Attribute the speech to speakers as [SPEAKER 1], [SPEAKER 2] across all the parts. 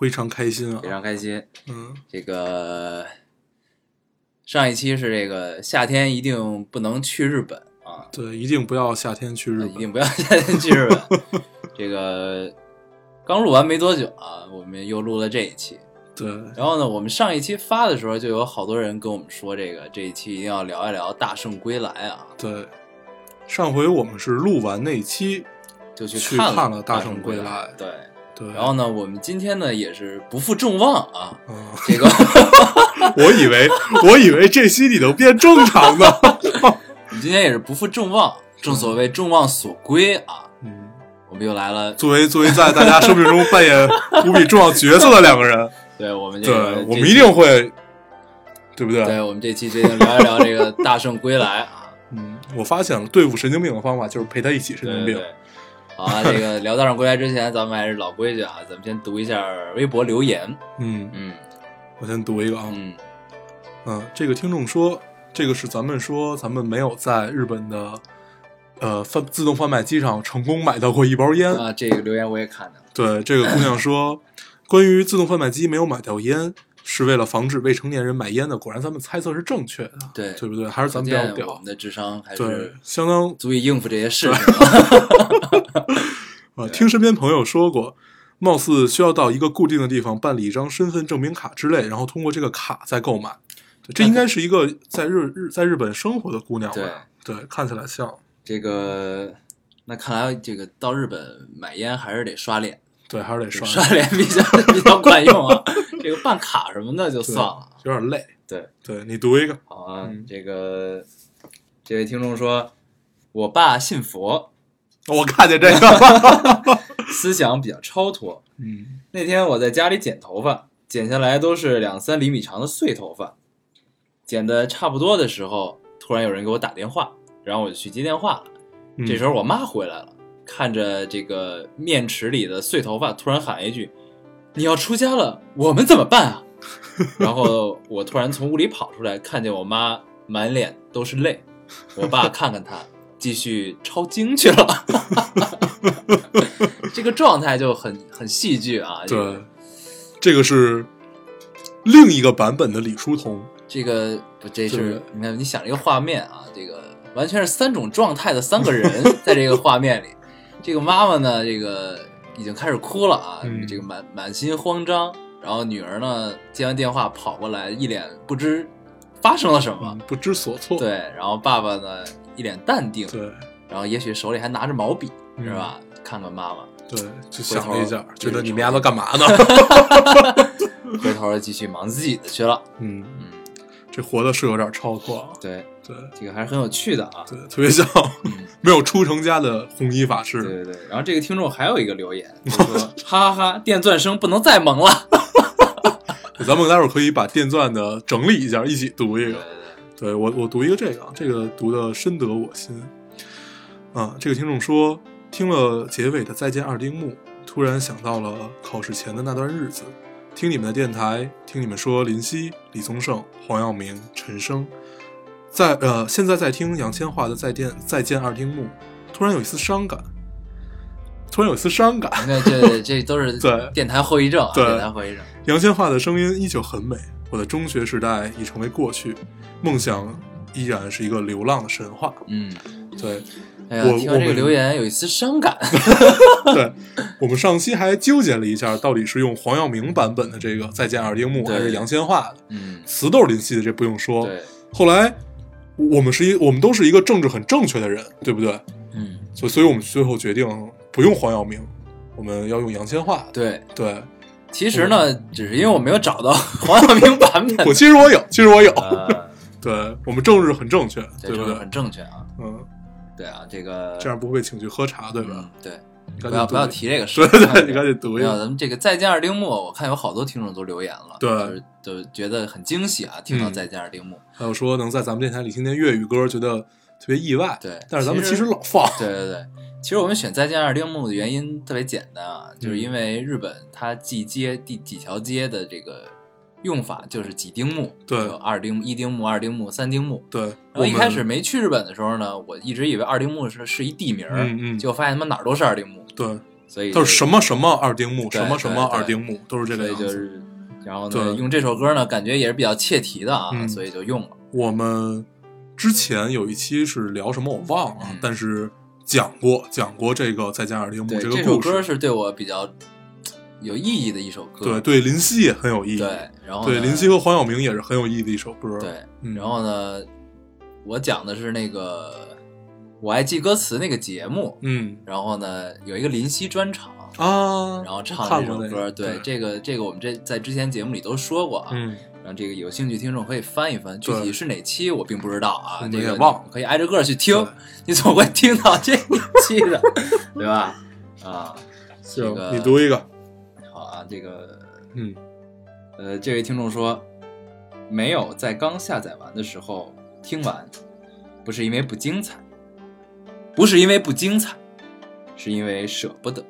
[SPEAKER 1] 非常开心
[SPEAKER 2] 非
[SPEAKER 1] 啊！
[SPEAKER 2] 常开心。
[SPEAKER 1] 嗯，
[SPEAKER 2] 这个上一期是这个夏天一定不能去日本啊，
[SPEAKER 1] 对，一定不要夏天去日
[SPEAKER 2] 一
[SPEAKER 1] 本。
[SPEAKER 2] 定不要夏天去日本。这个刚录完没多久啊，我们又录了这一期。
[SPEAKER 1] 对，
[SPEAKER 2] 然后呢，我们上一期发的时候就有好多人跟我们说，这个这一期一定要聊一聊《大圣归来》啊，
[SPEAKER 1] 对，上回我们是录完那期，
[SPEAKER 2] 就去
[SPEAKER 1] 去
[SPEAKER 2] 看
[SPEAKER 1] 看了
[SPEAKER 2] 大
[SPEAKER 1] 大
[SPEAKER 2] 圣
[SPEAKER 1] 圣归
[SPEAKER 2] 来》
[SPEAKER 1] 来
[SPEAKER 2] 对。
[SPEAKER 1] 对，
[SPEAKER 2] 然后呢，我们今天呢也是不负众望啊，
[SPEAKER 1] 嗯，
[SPEAKER 2] 这 个
[SPEAKER 1] 我以为我以为这期你能变正常的，
[SPEAKER 2] 我们今天也是不负众望，正所谓众望所归啊，
[SPEAKER 1] 嗯，
[SPEAKER 2] 我们又来了，
[SPEAKER 1] 作为作为在大家生命中扮演无比重要角色的两个人，
[SPEAKER 2] 对我们这
[SPEAKER 1] 对
[SPEAKER 2] 个，
[SPEAKER 1] 我
[SPEAKER 2] 这
[SPEAKER 1] 们
[SPEAKER 2] 期
[SPEAKER 1] 一定会，对 不对？
[SPEAKER 2] 对我们这期决定聊一聊这个《大圣归来》啊，
[SPEAKER 1] 嗯，我发现了对付神经病的方法就是陪他一 起神
[SPEAKER 2] 对
[SPEAKER 1] 经
[SPEAKER 2] 对
[SPEAKER 1] 病。
[SPEAKER 2] 对。好啊，这个聊《大圣归来》之前，咱们还是老规矩啊，咱们先读一下微博留言，
[SPEAKER 1] 嗯，
[SPEAKER 2] 嗯
[SPEAKER 1] 我先读一个啊，
[SPEAKER 2] 嗯，
[SPEAKER 1] 嗯，这个听众说，这个是咱们说咱们没有在日本的呃贩自动贩卖机上成功买到过一包烟。
[SPEAKER 2] 啊，这个留言我也看到了，
[SPEAKER 1] 对，这个姑娘说，关于自动贩卖机没有买到烟，是为了防止未成年人买烟的。果然，咱们猜测是正确的，
[SPEAKER 2] 对
[SPEAKER 1] 对不对？还是咱们比较
[SPEAKER 2] 可见我
[SPEAKER 1] 屌
[SPEAKER 2] 们，的智商还
[SPEAKER 1] 对
[SPEAKER 2] 是，
[SPEAKER 1] 相当
[SPEAKER 2] 足以应付这些事情啊，
[SPEAKER 1] 呃，听身边朋友说过，貌似需要到一个固定的地方办理一张身份证明卡之类，然后通过这个卡再购买。对这应该是一个在日日在日本生活的姑娘吧？对，看起来像。
[SPEAKER 2] 这个。那看来，这个到日本买烟还是得刷脸，
[SPEAKER 1] 对，还是得刷
[SPEAKER 2] 刷脸比较比较管用啊。 这个办卡什么的就
[SPEAKER 1] 对
[SPEAKER 2] 算了。
[SPEAKER 1] 有点累。
[SPEAKER 2] 对，
[SPEAKER 1] 对你读一个，
[SPEAKER 2] 好啊，
[SPEAKER 1] 嗯
[SPEAKER 2] 这个这位听众说，我爸信佛，
[SPEAKER 1] 我看见这 个，
[SPEAKER 2] 思想比较超脱。
[SPEAKER 1] 嗯，
[SPEAKER 2] 那天我在家里剪头发，剪下来都是两三厘米长的碎头发，剪的差不多的时候，突然有人给我打电话，然后我就去接电话了。这时
[SPEAKER 1] 候
[SPEAKER 2] 候我妈回来了，看着这个面池里的碎头发，突然喊一句：“你要出家了，我们怎么办啊？” 然后我突然从屋里跑出来，看见我妈满脸都是泪，我爸看看她，继续抄经去了。 这个状态就很很戏剧啊！这个
[SPEAKER 1] 对，这个是另一个版本的李叔同，
[SPEAKER 2] 这个不，
[SPEAKER 1] 对
[SPEAKER 2] 这是你看，你想这个画面啊，这个完全是三种状态的三个人 在这个画面里。这个妈妈呢，这个已经开始哭了啊，
[SPEAKER 1] 嗯
[SPEAKER 2] 这个满满心慌张。然后女儿呢，接完电话跑过来，一脸不知发生了什么
[SPEAKER 1] 嗯，，不知所措。
[SPEAKER 2] 对。然后爸爸呢，一脸淡定，
[SPEAKER 1] 对
[SPEAKER 2] 然后也许手里还拿着毛笔，
[SPEAKER 1] 嗯
[SPEAKER 2] 是吧？看看妈妈，
[SPEAKER 1] 对，就想了一下
[SPEAKER 2] 回头，
[SPEAKER 1] 觉得你们丫都干 嘛呢？嗯
[SPEAKER 2] 回头继续忙自己的去了。
[SPEAKER 1] 嗯，
[SPEAKER 2] 嗯，
[SPEAKER 1] 这活的是有点超脱啊，
[SPEAKER 2] 对，
[SPEAKER 1] 对
[SPEAKER 2] 这个还是很有趣的啊。
[SPEAKER 1] 对，特别像
[SPEAKER 2] 嗯
[SPEAKER 1] 没有出成家的红衣法师。
[SPEAKER 2] 对对对，然后这个听众还有一个留言，就 说哈哈哈，电钻声不能再萌了。
[SPEAKER 1] 咱们待会儿可以把电钻的整理一下，一起读一
[SPEAKER 2] 对
[SPEAKER 1] 个
[SPEAKER 2] 对。对，
[SPEAKER 1] 对我，我读一个这个，啊，这个读的深得我心。啊，这个听众说，听了结尾的《再见二丁目》，突然想到了考试前的那段日子，听你们的电台，听你们说林夕、李宗盛、黄耀明、陈升，在呃，现在在听杨千嬅的《再见再见二丁目》，突然有一丝伤感，突然有一丝伤感。
[SPEAKER 2] 那这这都是
[SPEAKER 1] 对
[SPEAKER 2] 电台后遗症啊，
[SPEAKER 1] 对
[SPEAKER 2] 电台后遗症。
[SPEAKER 1] 杨千嬅的声音依旧很美，我的中学时代已成为过去，梦想依然是一个流浪的神话。
[SPEAKER 2] 嗯，
[SPEAKER 1] 对，
[SPEAKER 2] 哎呀，
[SPEAKER 1] 我
[SPEAKER 2] 听完这
[SPEAKER 1] 我
[SPEAKER 2] 个
[SPEAKER 1] 们
[SPEAKER 2] 留言有一丝伤 感。
[SPEAKER 1] 对，我们上期还纠结了一下，到底是用黄耀明版本的这个《再见二丁目》，
[SPEAKER 2] 对
[SPEAKER 1] 还是杨千嬅的
[SPEAKER 2] 嗯，
[SPEAKER 1] 词都是林夕的，这不用说。
[SPEAKER 2] 对，
[SPEAKER 1] 后来我们是一，我们都是一个政治很正确的人，对不对？
[SPEAKER 2] 嗯，
[SPEAKER 1] 所以，所以我们最后决定不用黄耀明，我们要用杨千嬅的。
[SPEAKER 2] 对。
[SPEAKER 1] 对，
[SPEAKER 2] 其实呢，只是因为我没有 找到黄晓明版本
[SPEAKER 1] 我，其实我有，其实我有。
[SPEAKER 2] 呃，
[SPEAKER 1] 对我们政治很正确，对
[SPEAKER 2] 对，这
[SPEAKER 1] 不
[SPEAKER 2] 个
[SPEAKER 1] 对
[SPEAKER 2] 很？正确啊。
[SPEAKER 1] 嗯，
[SPEAKER 2] 对啊，这个
[SPEAKER 1] 这样不会被请去喝茶，对吧？啊
[SPEAKER 2] 嗯对。
[SPEAKER 1] 你
[SPEAKER 2] 不
[SPEAKER 1] 赶紧
[SPEAKER 2] 要
[SPEAKER 1] 读
[SPEAKER 2] 不要提这个事
[SPEAKER 1] 对
[SPEAKER 2] 儿。 啊
[SPEAKER 1] 对，你赶紧读
[SPEAKER 2] 没
[SPEAKER 1] 一
[SPEAKER 2] 有，
[SPEAKER 1] 下。
[SPEAKER 2] 咱们这个《再见二丁目》，我看有好多听众都留言了，
[SPEAKER 1] 对
[SPEAKER 2] 就是就觉得很惊喜啊，听
[SPEAKER 1] 嗯
[SPEAKER 2] 到《再见二丁目》
[SPEAKER 1] 还有说能在咱们电台里听见粤语歌，觉得特别意外。
[SPEAKER 2] 对
[SPEAKER 1] 但是咱们
[SPEAKER 2] 其
[SPEAKER 1] 其
[SPEAKER 2] 实
[SPEAKER 1] 实老放。
[SPEAKER 2] 对对对，其实我们选《再见二丁目》的原因特别简单啊，就是
[SPEAKER 1] 嗯
[SPEAKER 2] 因为日本它几街第几条街的这个用法就是几丁目，
[SPEAKER 1] 对
[SPEAKER 2] 有二丁一丁目、二丁目、三丁目。
[SPEAKER 1] 对，
[SPEAKER 2] 然
[SPEAKER 1] 我
[SPEAKER 2] 后一开
[SPEAKER 1] 们
[SPEAKER 2] 始没去日本的时候呢，我一直以为二丁目是是一地名儿，
[SPEAKER 1] 嗯嗯
[SPEAKER 2] 结果发现他妈哪儿都是二丁目，
[SPEAKER 1] 对，
[SPEAKER 2] 所以
[SPEAKER 1] 都是什么什么二丁目，
[SPEAKER 2] 对
[SPEAKER 1] 什么什么
[SPEAKER 2] 对对
[SPEAKER 1] 二丁目，都是这
[SPEAKER 2] 所
[SPEAKER 1] 个
[SPEAKER 2] 以
[SPEAKER 1] 样
[SPEAKER 2] 就
[SPEAKER 1] 子。
[SPEAKER 2] 是，然后呢，
[SPEAKER 1] 对
[SPEAKER 2] 用这首歌呢，感觉也是比较切题的啊，
[SPEAKER 1] 嗯
[SPEAKER 2] 所以就用了。
[SPEAKER 1] 我们之前有一期是聊什么我忘了
[SPEAKER 2] 嗯，
[SPEAKER 1] 但是讲过讲过这个再加二丁目
[SPEAKER 2] 对，
[SPEAKER 1] 这
[SPEAKER 2] 这
[SPEAKER 1] 个
[SPEAKER 2] 首
[SPEAKER 1] 故
[SPEAKER 2] 歌
[SPEAKER 1] 事。
[SPEAKER 2] 是对我比较有意义的一首歌。
[SPEAKER 1] 对对，林夕也很有意义。
[SPEAKER 2] 对，然后
[SPEAKER 1] 对，
[SPEAKER 2] 呢
[SPEAKER 1] 林夕和黄晓明也是很有意义的一首歌。
[SPEAKER 2] 对，
[SPEAKER 1] 嗯
[SPEAKER 2] 然后呢，我讲的是那个我爱记歌词那个节目，
[SPEAKER 1] 嗯
[SPEAKER 2] 然后呢有一个林夕专场，
[SPEAKER 1] 啊，
[SPEAKER 2] 然后
[SPEAKER 1] 我
[SPEAKER 2] 唱
[SPEAKER 1] 看
[SPEAKER 2] 这首
[SPEAKER 1] 过那
[SPEAKER 2] 歌。
[SPEAKER 1] 个
[SPEAKER 2] 对，这个这个我们这在之前节目里都说过啊，
[SPEAKER 1] 嗯，
[SPEAKER 2] 然后这个有兴趣听众可以翻一翻，具
[SPEAKER 1] 对
[SPEAKER 2] 体是哪期我并不知道
[SPEAKER 1] 我
[SPEAKER 2] 啊，
[SPEAKER 1] 们
[SPEAKER 2] 这
[SPEAKER 1] 也
[SPEAKER 2] 个
[SPEAKER 1] 忘了
[SPEAKER 2] 可以挨着个儿去听
[SPEAKER 1] 对，
[SPEAKER 2] 你总会听到这一期的，对吧？啊，这
[SPEAKER 1] 行，
[SPEAKER 2] 个
[SPEAKER 1] 你读一个。
[SPEAKER 2] 好啊，这个
[SPEAKER 1] 嗯
[SPEAKER 2] 呃，这位听众说，没有在刚下载完的时候听完，不是因为不精彩，不是因为不精彩，是因为舍不得，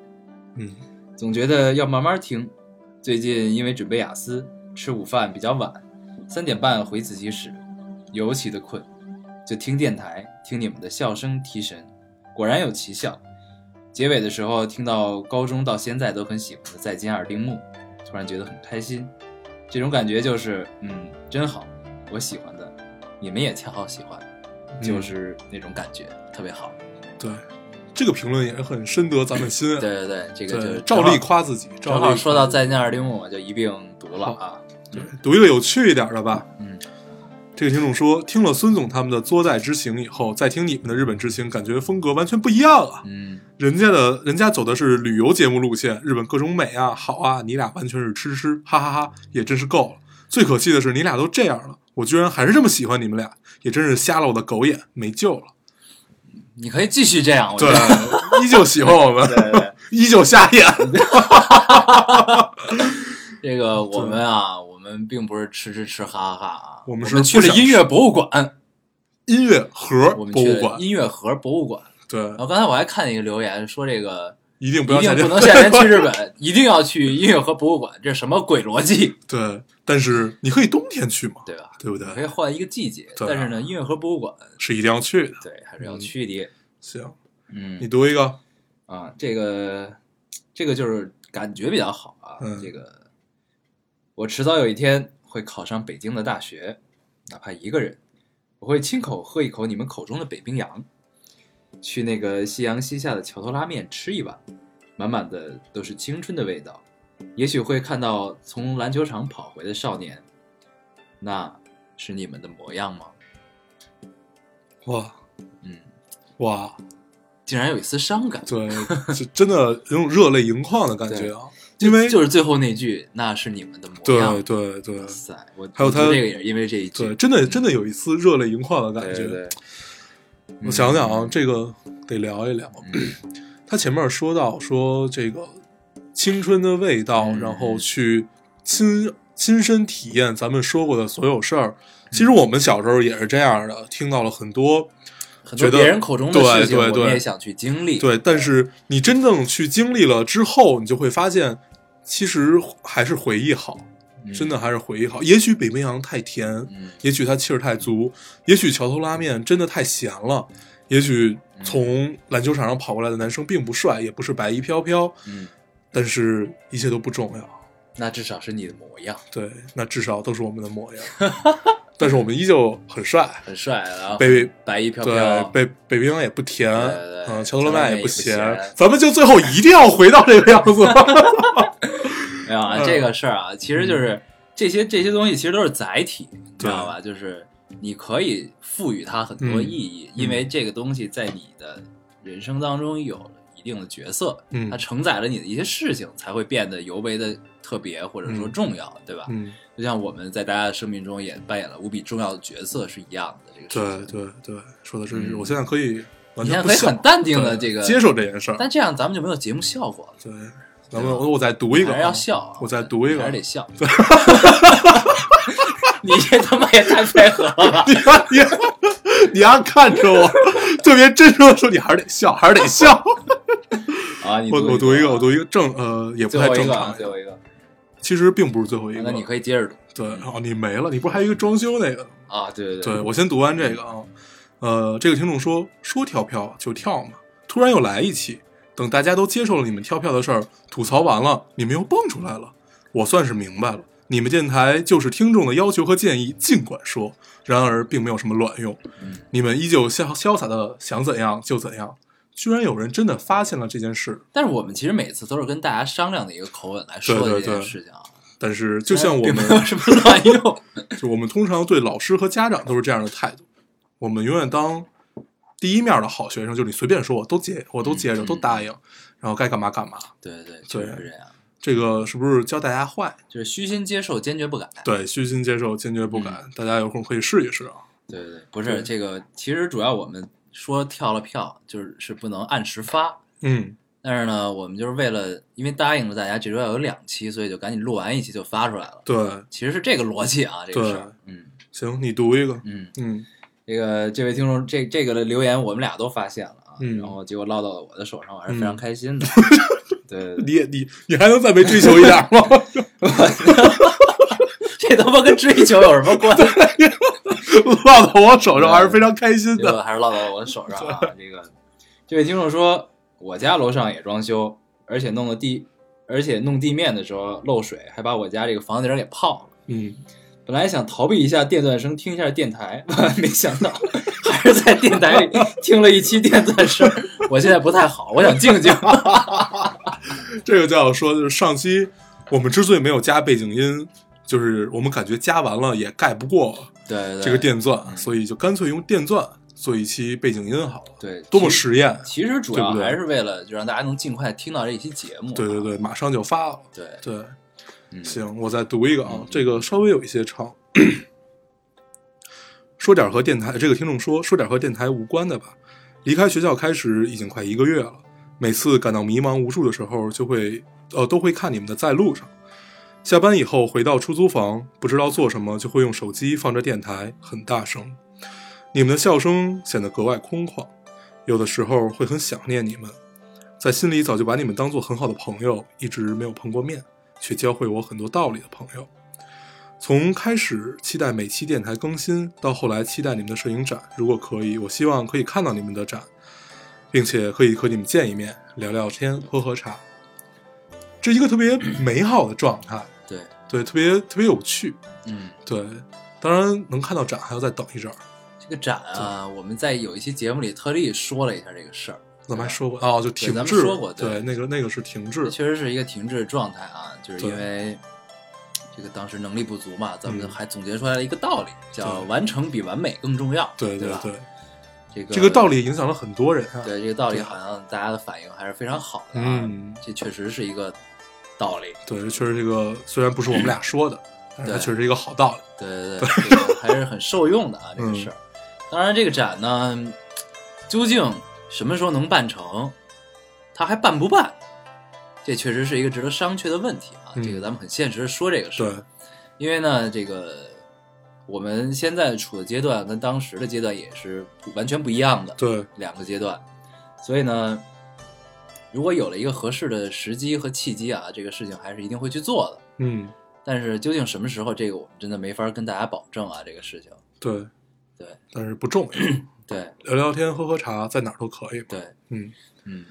[SPEAKER 1] 嗯
[SPEAKER 2] 总觉得要慢慢听。最近因为准备雅思，吃午饭比较晚，三点半回自习室，尤其的困，就听电台，听你们的笑声提神，果然有奇效。结尾的时候听到高中到现在都很喜欢的《再见二丁目》，突然觉得很开心。这种感觉就是，嗯，真好，我喜欢的，你们也恰好喜欢，
[SPEAKER 1] 嗯
[SPEAKER 2] 就是那种感觉，特别好。
[SPEAKER 1] 对，这个评论也是很深得咱们心啊。
[SPEAKER 2] 对对对，这个就
[SPEAKER 1] 对，
[SPEAKER 2] 是
[SPEAKER 1] 照例夸自己。
[SPEAKER 2] 正
[SPEAKER 1] 照
[SPEAKER 2] 好
[SPEAKER 1] 例
[SPEAKER 2] 说到
[SPEAKER 1] 夸自己
[SPEAKER 2] 再见二丁目，我就一并读了啊。
[SPEAKER 1] 读一个有趣一点的吧。
[SPEAKER 2] 嗯，
[SPEAKER 1] 这个听众说，听了孙总他们的作代之行以后，再听你们的日本之行，感觉风格完全不一样啊。
[SPEAKER 2] 嗯，
[SPEAKER 1] 人家的人家走的是旅游节目路线，日本各种美啊、好啊，你俩完全是吃吃，哈哈哈也真是够了。最可惜的是，你俩都这样了，我居然还是这么喜欢你们俩，也真是瞎了我的狗眼，没救了。
[SPEAKER 2] 你可以继续这样，我觉
[SPEAKER 1] 对
[SPEAKER 2] 得。，
[SPEAKER 1] 依旧喜欢我们，
[SPEAKER 2] 哦对对，
[SPEAKER 1] 依旧瞎 眼。
[SPEAKER 2] 这个我们啊，我们并不是吃吃吃哈哈啊，
[SPEAKER 1] 我
[SPEAKER 2] 我
[SPEAKER 1] 们
[SPEAKER 2] 们
[SPEAKER 1] 是
[SPEAKER 2] 去
[SPEAKER 1] 不
[SPEAKER 2] 了
[SPEAKER 1] 想
[SPEAKER 2] 音乐博物馆，
[SPEAKER 1] 音乐盒
[SPEAKER 2] 我们
[SPEAKER 1] 博
[SPEAKER 2] 去
[SPEAKER 1] 物
[SPEAKER 2] 了
[SPEAKER 1] 馆，
[SPEAKER 2] 音乐盒博物馆。
[SPEAKER 1] 对
[SPEAKER 2] 然，后刚才我还看一个留言说这个。
[SPEAKER 1] 一定不
[SPEAKER 2] 一
[SPEAKER 1] 要
[SPEAKER 2] 定
[SPEAKER 1] 下
[SPEAKER 2] 不
[SPEAKER 1] 定
[SPEAKER 2] 能夏天去日本，一定要去音乐盒博物馆，这是什么鬼逻辑，
[SPEAKER 1] 对，但是你可以冬天去嘛，
[SPEAKER 2] 对吧？
[SPEAKER 1] 对不对？
[SPEAKER 2] 可以换一个季节，
[SPEAKER 1] 对啊
[SPEAKER 2] 但是呢，音乐盒博物馆
[SPEAKER 1] 是一定要去的。
[SPEAKER 2] 对还是要去的。
[SPEAKER 1] 行，你
[SPEAKER 2] 嗯
[SPEAKER 1] 读一个，
[SPEAKER 2] 啊，这个这个就是感觉比较好啊。
[SPEAKER 1] 嗯
[SPEAKER 2] 这个我迟早有一天会考上北京的大学，哪怕一个人，我会亲口喝一口你们口中的北冰洋，去那个夕阳西下的桥头拉面吃一碗，满满的都是青春的味道。也许会看到从篮球场跑回的少年，那是你们的模样吗？
[SPEAKER 1] 哇
[SPEAKER 2] 嗯，
[SPEAKER 1] 哇，
[SPEAKER 2] 竟然有一丝伤感，
[SPEAKER 1] 对，就真的有种热泪盈眶的感觉啊，因为
[SPEAKER 2] 就是最后那句，那是你们的模样。
[SPEAKER 1] 对对对
[SPEAKER 2] 哇塞，我
[SPEAKER 1] 还有
[SPEAKER 2] 我
[SPEAKER 1] 他
[SPEAKER 2] 读这个也是因为这一句，
[SPEAKER 1] 对，真的真的有一丝热泪盈眶的感
[SPEAKER 2] 对
[SPEAKER 1] 觉。
[SPEAKER 2] 对对，
[SPEAKER 1] 我想想啊
[SPEAKER 2] 嗯，
[SPEAKER 1] 这个得聊一聊。
[SPEAKER 2] 嗯
[SPEAKER 1] 他前面说到说这个青春的味道，
[SPEAKER 2] 嗯
[SPEAKER 1] 然后去亲亲身体验咱们说过的所有事儿。其
[SPEAKER 2] 嗯
[SPEAKER 1] 实我们小时候也是这样的，听到了很多
[SPEAKER 2] 很多
[SPEAKER 1] 觉得
[SPEAKER 2] 别人口中的事情，
[SPEAKER 1] 对对对
[SPEAKER 2] 我们也想去经历。
[SPEAKER 1] 对，但是你真正去经历了之后，你就会发现，其实还是回忆好，
[SPEAKER 2] 嗯
[SPEAKER 1] 真的，还是回忆好。也许北冰洋太甜，
[SPEAKER 2] 嗯，
[SPEAKER 1] 也许它气儿太足，也许桥头拉面真的太咸了，也许
[SPEAKER 2] 嗯
[SPEAKER 1] 从篮球场上跑过来的男生并不帅，也不是白衣飘飘，
[SPEAKER 2] 嗯，
[SPEAKER 1] 但是一切都不重要。
[SPEAKER 2] 那至少是你的模样，
[SPEAKER 1] 对，那至少都是我们的模 样，但是我们依旧很帅。
[SPEAKER 2] 很帅啊，
[SPEAKER 1] 北
[SPEAKER 2] 白衣飘
[SPEAKER 1] 对
[SPEAKER 2] 飘，，
[SPEAKER 1] 北北冰洋也不甜，
[SPEAKER 2] 对对
[SPEAKER 1] 嗯，桥头拉
[SPEAKER 2] 桥头拉
[SPEAKER 1] 面
[SPEAKER 2] 面
[SPEAKER 1] 也
[SPEAKER 2] 也
[SPEAKER 1] 不
[SPEAKER 2] 不
[SPEAKER 1] 咸
[SPEAKER 2] 咸，
[SPEAKER 1] 咱们就最后一定要回到这个样子。
[SPEAKER 2] 没有啊，
[SPEAKER 1] 嗯
[SPEAKER 2] 这个事儿啊，其实就是这些这些东西其实都是载体，你知
[SPEAKER 1] 对
[SPEAKER 2] 道吧？就是你可以赋予它很多
[SPEAKER 1] 嗯
[SPEAKER 2] 意义，因为这个东西在你的人生当中有了一定的角色，
[SPEAKER 1] 嗯
[SPEAKER 2] 它承载了你的一些事情，才会变得尤为的特别或者说
[SPEAKER 1] 嗯
[SPEAKER 2] 重要，对吧？
[SPEAKER 1] 嗯，
[SPEAKER 2] 就像我们在大家的生命中也扮演了无比重要的角色是一样的，这个
[SPEAKER 1] 对
[SPEAKER 2] 事情。
[SPEAKER 1] 对对，说的真是，
[SPEAKER 2] 嗯
[SPEAKER 1] 我现在可以完
[SPEAKER 2] 你
[SPEAKER 1] 全
[SPEAKER 2] 看
[SPEAKER 1] 不
[SPEAKER 2] 可以
[SPEAKER 1] 笑，
[SPEAKER 2] 很淡定的
[SPEAKER 1] 对
[SPEAKER 2] 这个
[SPEAKER 1] 接受这件事儿。
[SPEAKER 2] 但这样咱们就没有节目效果了。
[SPEAKER 1] 对，咱们我我再读一个啊，
[SPEAKER 2] 还是要笑啊，
[SPEAKER 1] 我再读一个
[SPEAKER 2] 还是得笑。 你这他妈也太配合了 吧！
[SPEAKER 1] 你看你，你丫看着我，特别真诚的说，你还是得笑，还是得笑。
[SPEAKER 2] 啊，你
[SPEAKER 1] 我我
[SPEAKER 2] 读
[SPEAKER 1] 读一个，
[SPEAKER 2] 啊
[SPEAKER 1] 我读一个正呃也不
[SPEAKER 2] 最
[SPEAKER 1] 太
[SPEAKER 2] 后一
[SPEAKER 1] 正
[SPEAKER 2] 个啊，
[SPEAKER 1] 常
[SPEAKER 2] 最，后一个，啊
[SPEAKER 1] 其实并不是最后一个。
[SPEAKER 2] 那你可以接着读
[SPEAKER 1] 对哦，你没了，你不是还有一个装修那个？
[SPEAKER 2] 啊，对对嗯
[SPEAKER 1] 对，我先读完这个啊。呃，这个听众说说跳票就跳嘛，突然又来一期，等大家都接受了你们跳票的事儿，吐槽完了，你们又蹦出来了，我算是明白了，你们电台就是听众的要求和建议，尽管说，然而并没有什么卵用，
[SPEAKER 2] 嗯
[SPEAKER 1] 你们依旧潇潇洒的想怎样就怎样。居然有人真的发现了这件事，
[SPEAKER 2] 但是我们其实每次都是跟大家商量的一个口吻来说的
[SPEAKER 1] 对对
[SPEAKER 2] 这件
[SPEAKER 1] 对
[SPEAKER 2] 事情啊，
[SPEAKER 1] 但是就像我
[SPEAKER 2] 哎并
[SPEAKER 1] 们
[SPEAKER 2] 没有什么卵用。
[SPEAKER 1] 就我们通常对老师和家长都是这样的态度，我们永远当第一面的好学生，就你随便说我都接，我都接着，
[SPEAKER 2] 嗯
[SPEAKER 1] 都答应，然后该干嘛干嘛。
[SPEAKER 2] 对对，就是这样，
[SPEAKER 1] 这个是不是教大家坏？
[SPEAKER 2] 就是虚心接受，坚决不改。
[SPEAKER 1] 对，虚心接受，坚决不改。大家有空可以试一试啊。
[SPEAKER 2] 对对对，不
[SPEAKER 1] 对
[SPEAKER 2] 是这个，其实主要我们说跳了票，就是是不能按时发。
[SPEAKER 1] 嗯，
[SPEAKER 2] 但是呢，我们就是为了，因为答应了大家这周要有两期，所以就赶紧录完一期就发出来了。
[SPEAKER 1] 对，
[SPEAKER 2] 其实是这个逻辑啊，这个事儿。嗯
[SPEAKER 1] 行，你读一个。
[SPEAKER 2] 嗯，
[SPEAKER 1] 嗯
[SPEAKER 2] 这个这位听众这这个的留言我们俩都发现了啊，
[SPEAKER 1] 嗯
[SPEAKER 2] 然后结果落到了我的手上，我还是
[SPEAKER 1] 嗯
[SPEAKER 2] 非常 开心的。对对
[SPEAKER 1] 你也你你还能再被追求一点吗？
[SPEAKER 2] 对，这他妈跟追求有什么关系？
[SPEAKER 1] 落到我手上还是非常开 心
[SPEAKER 2] 结果
[SPEAKER 1] 的。
[SPEAKER 2] 还是落到我的手上 啊。这个这位听众说，我家楼上也装修，而且弄的地，而且弄地面的时候漏水，还把我家这个房顶儿给泡了。
[SPEAKER 1] 嗯，
[SPEAKER 2] 本来想逃避一下电钻声，听一下电台，万万没想到还是在电台里听了一期电钻声。我现在不太好，我想静静。
[SPEAKER 1] 这个叫说，就是上期我们之所以没有加背景音，就是我们感觉加完了也盖不过
[SPEAKER 2] 对对对，
[SPEAKER 1] 这个电钻，所以就干脆用电钻做一期背景音好了。
[SPEAKER 2] 对
[SPEAKER 1] 多么
[SPEAKER 2] 其实
[SPEAKER 1] 实验！
[SPEAKER 2] 其实主要
[SPEAKER 1] 对不对
[SPEAKER 2] 还是为了就让大家能尽快听到这一期节目啊。
[SPEAKER 1] 对对对，马上就发了。
[SPEAKER 2] 对
[SPEAKER 1] 对，
[SPEAKER 2] 嗯
[SPEAKER 1] 行，我再读一个啊，这个稍微有一些长。说点和电台这个听众说，说点和电台无关的吧。离开学校开始已经快一个月了，每次感到迷茫无助的时候，就会呃都会看你们的在路上。下班以后回到出租房，不知道做什么，就会用手机放着电台，很大声。你们的笑声显得格外空旷，有的时候会很想念你们，在心里早就把你们当做很好的朋友，一直没有碰过面，却教会我很多道理的朋友。从开始期待每期电台更新，到后来期待你们的摄影展，如果可以，我希望可以看到你们的展，并且可以和你们见一面，聊聊天，喝喝茶。这是一个特 别美好的状态，
[SPEAKER 2] 对，
[SPEAKER 1] 对，特别特别有趣。
[SPEAKER 2] 嗯，
[SPEAKER 1] 对，当然能看到展还要再等一阵儿。
[SPEAKER 2] 这个展啊，我们在有一期节目里特地说了一下这个事儿，
[SPEAKER 1] 咱们还说过哦，就停
[SPEAKER 2] 咱们
[SPEAKER 1] 滞，
[SPEAKER 2] 说过
[SPEAKER 1] 对
[SPEAKER 2] 对
[SPEAKER 1] 那个那个是停滞
[SPEAKER 2] 这，确实是一个停滞的状态啊，就是
[SPEAKER 1] 对
[SPEAKER 2] 因为这个当时能力不足嘛，咱
[SPEAKER 1] 嗯
[SPEAKER 2] 们还总结出来了一个道理，叫
[SPEAKER 1] 对
[SPEAKER 2] 完成比完美更重要，
[SPEAKER 1] 对
[SPEAKER 2] 对吧
[SPEAKER 1] 对，
[SPEAKER 2] 这个
[SPEAKER 1] 这个道，理影响了很多人啊。
[SPEAKER 2] 对这个道理，
[SPEAKER 1] 对
[SPEAKER 2] 好像大家的反应还是非常好的啊，
[SPEAKER 1] 嗯，
[SPEAKER 2] 这确实是一个道理，
[SPEAKER 1] 对，确实这个虽然不是我们俩说的，但是它
[SPEAKER 2] 对
[SPEAKER 1] 确实是一个好道理。
[SPEAKER 2] 对对对，这个还是很受用的啊，这
[SPEAKER 1] 嗯
[SPEAKER 2] 个事儿。当然，这个展呢，究竟什么时候能办成，它还办不办，这确实是一个值得商榷的问题啊。
[SPEAKER 1] 嗯
[SPEAKER 2] 这个咱们很现实的说这个事儿，
[SPEAKER 1] 对，
[SPEAKER 2] 因为呢，这个我们现在处的阶段跟当时的阶段也是不完全不一样的
[SPEAKER 1] 对，
[SPEAKER 2] 两个阶段，所以呢，如果有了一个合适的时机和契机啊，这个事情还是一定会去做的。
[SPEAKER 1] 嗯，
[SPEAKER 2] 但是究竟什么时候，这个我们真的没法跟大家保证啊，这个事情。
[SPEAKER 1] 对，
[SPEAKER 2] 对
[SPEAKER 1] 但是不重要，
[SPEAKER 2] 对
[SPEAKER 1] 聊聊天、喝喝茶，在哪儿都可以嘛。
[SPEAKER 2] 对，
[SPEAKER 1] 嗯，
[SPEAKER 2] 嗯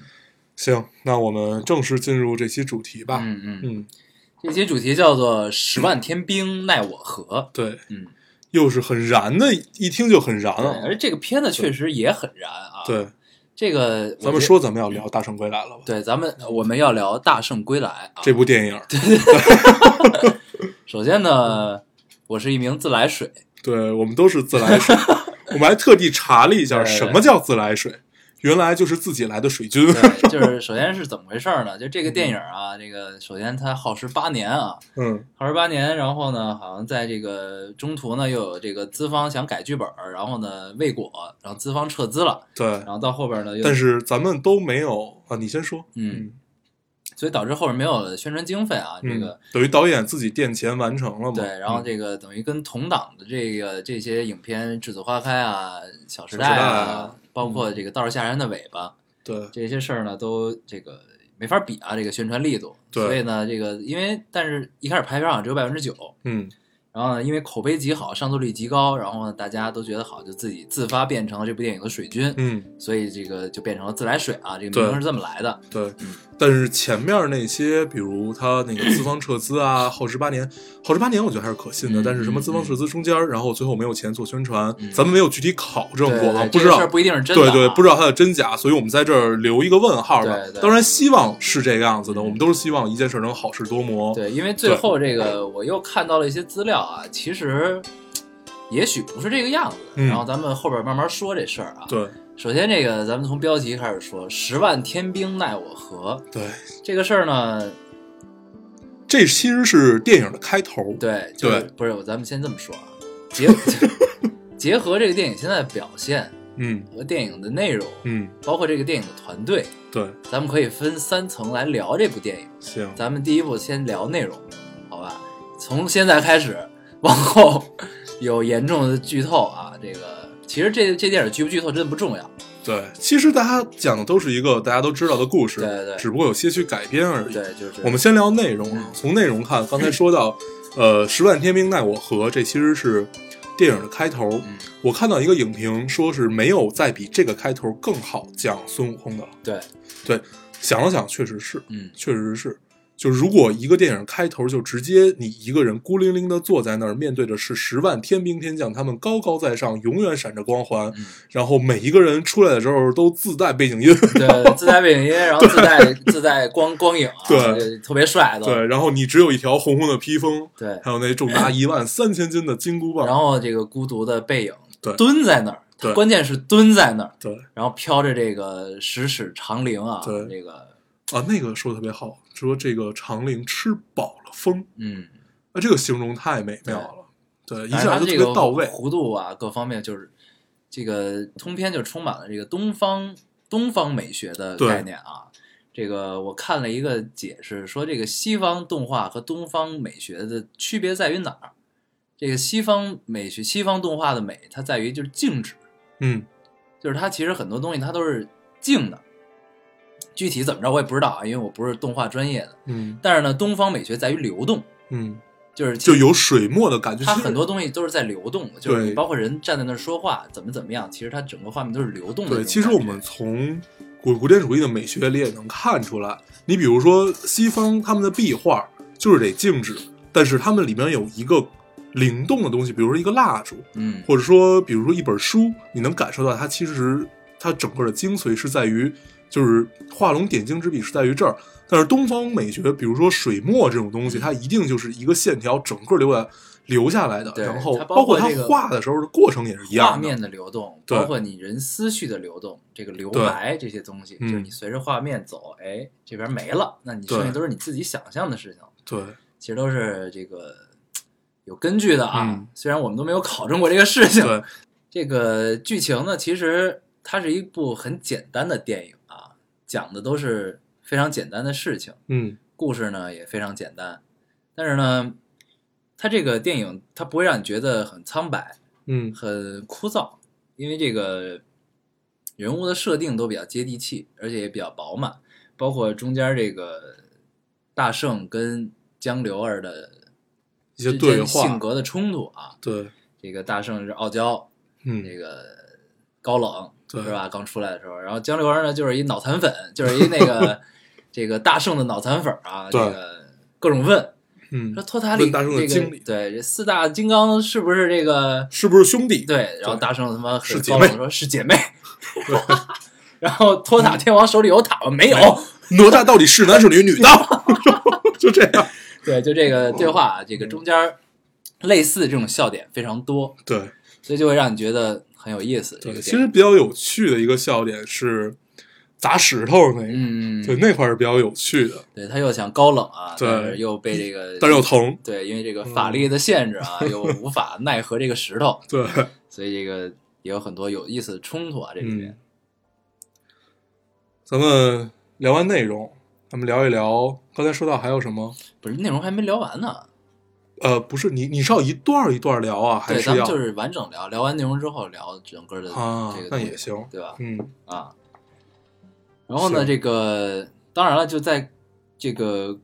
[SPEAKER 1] 行，那我们正式进入这期主题吧。
[SPEAKER 2] 嗯嗯，
[SPEAKER 1] 嗯，
[SPEAKER 2] 这期主题叫做“十万天兵奈我何
[SPEAKER 1] 对，”。
[SPEAKER 2] 嗯，
[SPEAKER 1] 又是很燃的，一听就很燃
[SPEAKER 2] 对
[SPEAKER 1] 啊。
[SPEAKER 2] 而这个片子确实也很燃啊。，
[SPEAKER 1] 对，
[SPEAKER 2] 这个我
[SPEAKER 1] 咱们
[SPEAKER 2] 觉
[SPEAKER 1] 说咱们要聊《大圣归来》了吧？
[SPEAKER 2] 对，咱们我们要聊《大圣归来》啊。
[SPEAKER 1] 这部电影，
[SPEAKER 2] 首先呢，我是一名自来 水，
[SPEAKER 1] 对我们都是自来水，我们还特地查了一下
[SPEAKER 2] 对对
[SPEAKER 1] 什么叫自来水，原来就是自己来的水军。
[SPEAKER 2] 对，就是首先是怎么回事呢？就这个电影啊，这个首先它耗时八年啊，
[SPEAKER 1] 嗯
[SPEAKER 2] 耗时八年，然后呢，好像在这个中途呢，又有这个资方想改剧本，然后呢未果，然后资方撤资了，
[SPEAKER 1] 对
[SPEAKER 2] 然，后到后边呢又，
[SPEAKER 1] 但是咱们都没有啊，你先说。
[SPEAKER 2] 嗯，所以导致后边没有宣传经费啊，
[SPEAKER 1] 嗯，
[SPEAKER 2] 这个。
[SPEAKER 1] 等于导演自己垫钱完成了嘛？
[SPEAKER 2] 对，然后
[SPEAKER 1] 嗯
[SPEAKER 2] 这个等于跟同档的这个这些影片《栀子花开》啊，《小时
[SPEAKER 1] 小时
[SPEAKER 2] 代》
[SPEAKER 1] 代
[SPEAKER 2] 啊
[SPEAKER 1] 啊，
[SPEAKER 2] 包括这个《道士下山的尾巴》
[SPEAKER 1] 对
[SPEAKER 2] 这些事儿呢，都这个没法比啊，这个宣传力度。
[SPEAKER 1] 对
[SPEAKER 2] 所以呢，这个因为但是一开始排片好像只有百分之九，
[SPEAKER 1] 嗯
[SPEAKER 2] 然后呢，因为口碑极好，上座率极高，然后呢，大家都觉得好，就自己自发变成了这部电影的水军，
[SPEAKER 1] 嗯
[SPEAKER 2] 所以这个就变成了自来水啊，这个
[SPEAKER 1] 对
[SPEAKER 2] 名称是这么来的。
[SPEAKER 1] 对。但是前面那些，比如他那个资方撤资啊，耗时八年，耗时八年我觉得还是可信的。
[SPEAKER 2] 嗯
[SPEAKER 1] 但是什么资方撤资中间，然后最后没有钱做宣传，
[SPEAKER 2] 嗯
[SPEAKER 1] 咱们没有具体考证
[SPEAKER 2] 对
[SPEAKER 1] 过啊，
[SPEAKER 2] 对
[SPEAKER 1] 不
[SPEAKER 2] 这
[SPEAKER 1] 知
[SPEAKER 2] 个
[SPEAKER 1] 道
[SPEAKER 2] 事儿不一定是真的、
[SPEAKER 1] 对
[SPEAKER 2] 啊，
[SPEAKER 1] 对，不知道它的真假，所以我们在这儿留一个问号吧。
[SPEAKER 2] 对对
[SPEAKER 1] 当然，希望是这个样子的，
[SPEAKER 2] 嗯
[SPEAKER 1] 我们都是希望一件事能好事多磨。
[SPEAKER 2] 对，因为最后这个我又看到了一些资料啊，其实也许不是这个样子的。
[SPEAKER 1] 嗯
[SPEAKER 2] 然后咱们后边慢慢说这事儿啊。，
[SPEAKER 1] 对
[SPEAKER 2] 首先这个咱们从标题开始说，“十万天兵奈我何
[SPEAKER 1] 对，”
[SPEAKER 2] 这个事儿呢，
[SPEAKER 1] 这其实是电影的开头。
[SPEAKER 2] 对，就是、
[SPEAKER 1] 对
[SPEAKER 2] 不是咱们先这么说啊，结 结合这个电影现在的表现
[SPEAKER 1] 嗯
[SPEAKER 2] 和电影的内容，
[SPEAKER 1] 嗯，
[SPEAKER 2] 包括这个电影的团队，
[SPEAKER 1] 对，
[SPEAKER 2] 咱们可以分三层来聊这部电影。
[SPEAKER 1] 行，
[SPEAKER 2] 咱们第一步先聊内容，好吧？从现在开始，往后有严重的剧透啊，这个其实这这电影剧不剧透真的不重要，
[SPEAKER 1] 对，其实大家讲的都是一个大家都知道的故事，
[SPEAKER 2] 对对
[SPEAKER 1] 只不过有些许改编而已。
[SPEAKER 2] 对，嗯就是
[SPEAKER 1] 我们先聊内容啊，从内容看，刚才说到，呃，十万天兵奈我何，这其实是电影的开头。
[SPEAKER 2] 嗯
[SPEAKER 1] 我看到一个影评说是没有再比这个开头更好讲孙悟空的了。
[SPEAKER 2] 对，
[SPEAKER 1] 对，想了想，确实是，
[SPEAKER 2] 嗯，
[SPEAKER 1] 确实是。就如果一个电影开头就直接你一个人孤零零的坐在那儿，面对的是十万天兵天将，他们高高在上，永远闪着光环，
[SPEAKER 2] 嗯
[SPEAKER 1] 然后每一个人出来的时候都自带背景音，
[SPEAKER 2] 对，自带背景音，然后自带自带光光影、啊，
[SPEAKER 1] 对
[SPEAKER 2] 这特别帅都，
[SPEAKER 1] 对，然后你只有一条红红的披风，
[SPEAKER 2] 对
[SPEAKER 1] 还有那重 达一万三千斤的金箍
[SPEAKER 2] 然
[SPEAKER 1] 棒，
[SPEAKER 2] 后这个孤独的背影，
[SPEAKER 1] 对
[SPEAKER 2] 蹲在那儿，
[SPEAKER 1] 对
[SPEAKER 2] 关键是蹲在那儿，
[SPEAKER 1] 对
[SPEAKER 2] 然后飘着这个十尺长翎啊，
[SPEAKER 1] 对
[SPEAKER 2] 这个，
[SPEAKER 1] 啊，那个说得特别好，说这个长陵吃饱了风，
[SPEAKER 2] 嗯，
[SPEAKER 1] 啊，这个形容太美妙了，对，一
[SPEAKER 2] 反正
[SPEAKER 1] 下
[SPEAKER 2] 它
[SPEAKER 1] 就特
[SPEAKER 2] 这个
[SPEAKER 1] 别到位，
[SPEAKER 2] 弧度啊，各方面就是这个通篇就充满了这个东方东方美学的
[SPEAKER 1] 对
[SPEAKER 2] 概念啊。这个我看了一个解释，说这个西方动画和东方美学的区别在于哪儿？这个西方美学、西方动画的美，它在于就是静止，
[SPEAKER 1] 嗯，
[SPEAKER 2] 就是它其实很多东西它都是静的。具体怎么着我也不知道啊，因为我不是动画专业的。
[SPEAKER 1] 嗯
[SPEAKER 2] 但是呢，东方美学在于流动，
[SPEAKER 1] 嗯，
[SPEAKER 2] 就是其
[SPEAKER 1] 就
[SPEAKER 2] 实
[SPEAKER 1] 有水墨的感觉，
[SPEAKER 2] 它
[SPEAKER 1] 其实
[SPEAKER 2] 很多东西都是在流动的，就是
[SPEAKER 1] 对
[SPEAKER 2] 你包括人站在那儿说话怎么怎么样，其实它整个画面都是流动的嗯
[SPEAKER 1] 对，
[SPEAKER 2] 那种感觉。
[SPEAKER 1] 其实我们从古古典主义的美学里也能看出来，你比如说西方他们的壁画就是得静止，但是他们里面有一个灵动的东西，比如说一个蜡烛，
[SPEAKER 2] 嗯，
[SPEAKER 1] 或者说比如说一本书，你能感受到它其实它整个的精髓是在于，就是画龙点睛之笔是在于这儿。但是东方美学，比如说水墨这种东西，它一定就是一个线条整个留下留下来的，
[SPEAKER 2] 对
[SPEAKER 1] 然后
[SPEAKER 2] 它包
[SPEAKER 1] 包括
[SPEAKER 2] 括
[SPEAKER 1] 它
[SPEAKER 2] 这个
[SPEAKER 1] 画的时候的过程也是一
[SPEAKER 2] 画
[SPEAKER 1] 样的
[SPEAKER 2] 面。的流动，
[SPEAKER 1] 对
[SPEAKER 2] 包括你人思绪的流动，这个留白这些东西，就
[SPEAKER 1] 嗯
[SPEAKER 2] 是你随着画面走，哎，这边没了，那你
[SPEAKER 1] 对
[SPEAKER 2] 剩下都是你自己想象的事情，
[SPEAKER 1] 对，
[SPEAKER 2] 其实都是这个嘖有根据的啊。
[SPEAKER 1] 嗯
[SPEAKER 2] 虽然我们都没有考证过这个事情，
[SPEAKER 1] 对，
[SPEAKER 2] 这个剧情呢，其实它是一部很简单的电影啊，讲的都是非常简单的事情。
[SPEAKER 1] 嗯，
[SPEAKER 2] 故事呢也非常简单，但是呢，它这个电影它不会让你觉得很苍白、
[SPEAKER 1] 嗯，
[SPEAKER 2] 很枯燥，因为这个人物的设定都比较接地气，而且也比较饱满，包括中间这个大圣跟江流儿的
[SPEAKER 1] 一些
[SPEAKER 2] 之
[SPEAKER 1] 对
[SPEAKER 2] 间性
[SPEAKER 1] 话，
[SPEAKER 2] 格的冲突啊，
[SPEAKER 1] 对，
[SPEAKER 2] 这个大圣是傲娇，
[SPEAKER 1] 嗯，
[SPEAKER 2] 这个高冷
[SPEAKER 1] 对
[SPEAKER 2] 是吧？刚出来的时候，然后江流儿呢就是一脑残粉，就是一那个 这个大圣的脑残粉啊，这
[SPEAKER 1] 对
[SPEAKER 2] 个各种问
[SPEAKER 1] 嗯
[SPEAKER 2] 说，托塔李
[SPEAKER 1] 问大圣的
[SPEAKER 2] 这
[SPEAKER 1] 经
[SPEAKER 2] 个
[SPEAKER 1] 历
[SPEAKER 2] 对这四大金刚是不是这个
[SPEAKER 1] 是不是兄弟？
[SPEAKER 2] 对？然后
[SPEAKER 1] 对
[SPEAKER 2] 大圣他妈很
[SPEAKER 1] 是姐
[SPEAKER 2] 高
[SPEAKER 1] 妹
[SPEAKER 2] 冷说是 姐妹，然后托
[SPEAKER 1] 嗯
[SPEAKER 2] 塔天王手里有塔吗？没有，
[SPEAKER 1] 哪吒到底是男是女？女的，就这样。
[SPEAKER 2] 对，就这
[SPEAKER 1] 嗯
[SPEAKER 2] 个对话啊，这个中间儿类似这种笑点非常多，
[SPEAKER 1] 对，
[SPEAKER 2] 所以就会让你觉得很有意思。这
[SPEAKER 1] 对，
[SPEAKER 2] 个
[SPEAKER 1] 其
[SPEAKER 2] 电
[SPEAKER 1] 实
[SPEAKER 2] 影
[SPEAKER 1] 比较有趣的一个笑点是砸石头那个，
[SPEAKER 2] 嗯，嗯
[SPEAKER 1] 对，
[SPEAKER 2] 嗯
[SPEAKER 1] 那块儿是比较有趣的，
[SPEAKER 2] 对他又想高冷啊，
[SPEAKER 1] 对
[SPEAKER 2] 但是又被这个，
[SPEAKER 1] 但是又嗯疼，
[SPEAKER 2] 对，因为这个法力的限 制啊，又无法奈何这个石头，
[SPEAKER 1] 对，
[SPEAKER 2] 所以这个也有很多有意思的冲突啊，这里面
[SPEAKER 1] 嗯。咱们聊完内容，咱们聊一聊刚才说到还有什么？
[SPEAKER 2] 不是内容还没聊完呢，
[SPEAKER 1] 呃，不是你，你是要一段儿一段儿聊啊，还
[SPEAKER 2] 对，咱
[SPEAKER 1] 要？
[SPEAKER 2] 们就是完整聊，聊完内容之后聊整个的
[SPEAKER 1] 啊
[SPEAKER 2] 这个
[SPEAKER 1] 那
[SPEAKER 2] 东西，
[SPEAKER 1] 也行
[SPEAKER 2] 对吧？
[SPEAKER 1] 嗯，
[SPEAKER 2] 啊，然后呢，
[SPEAKER 1] 是
[SPEAKER 2] 这个当然了，就在这个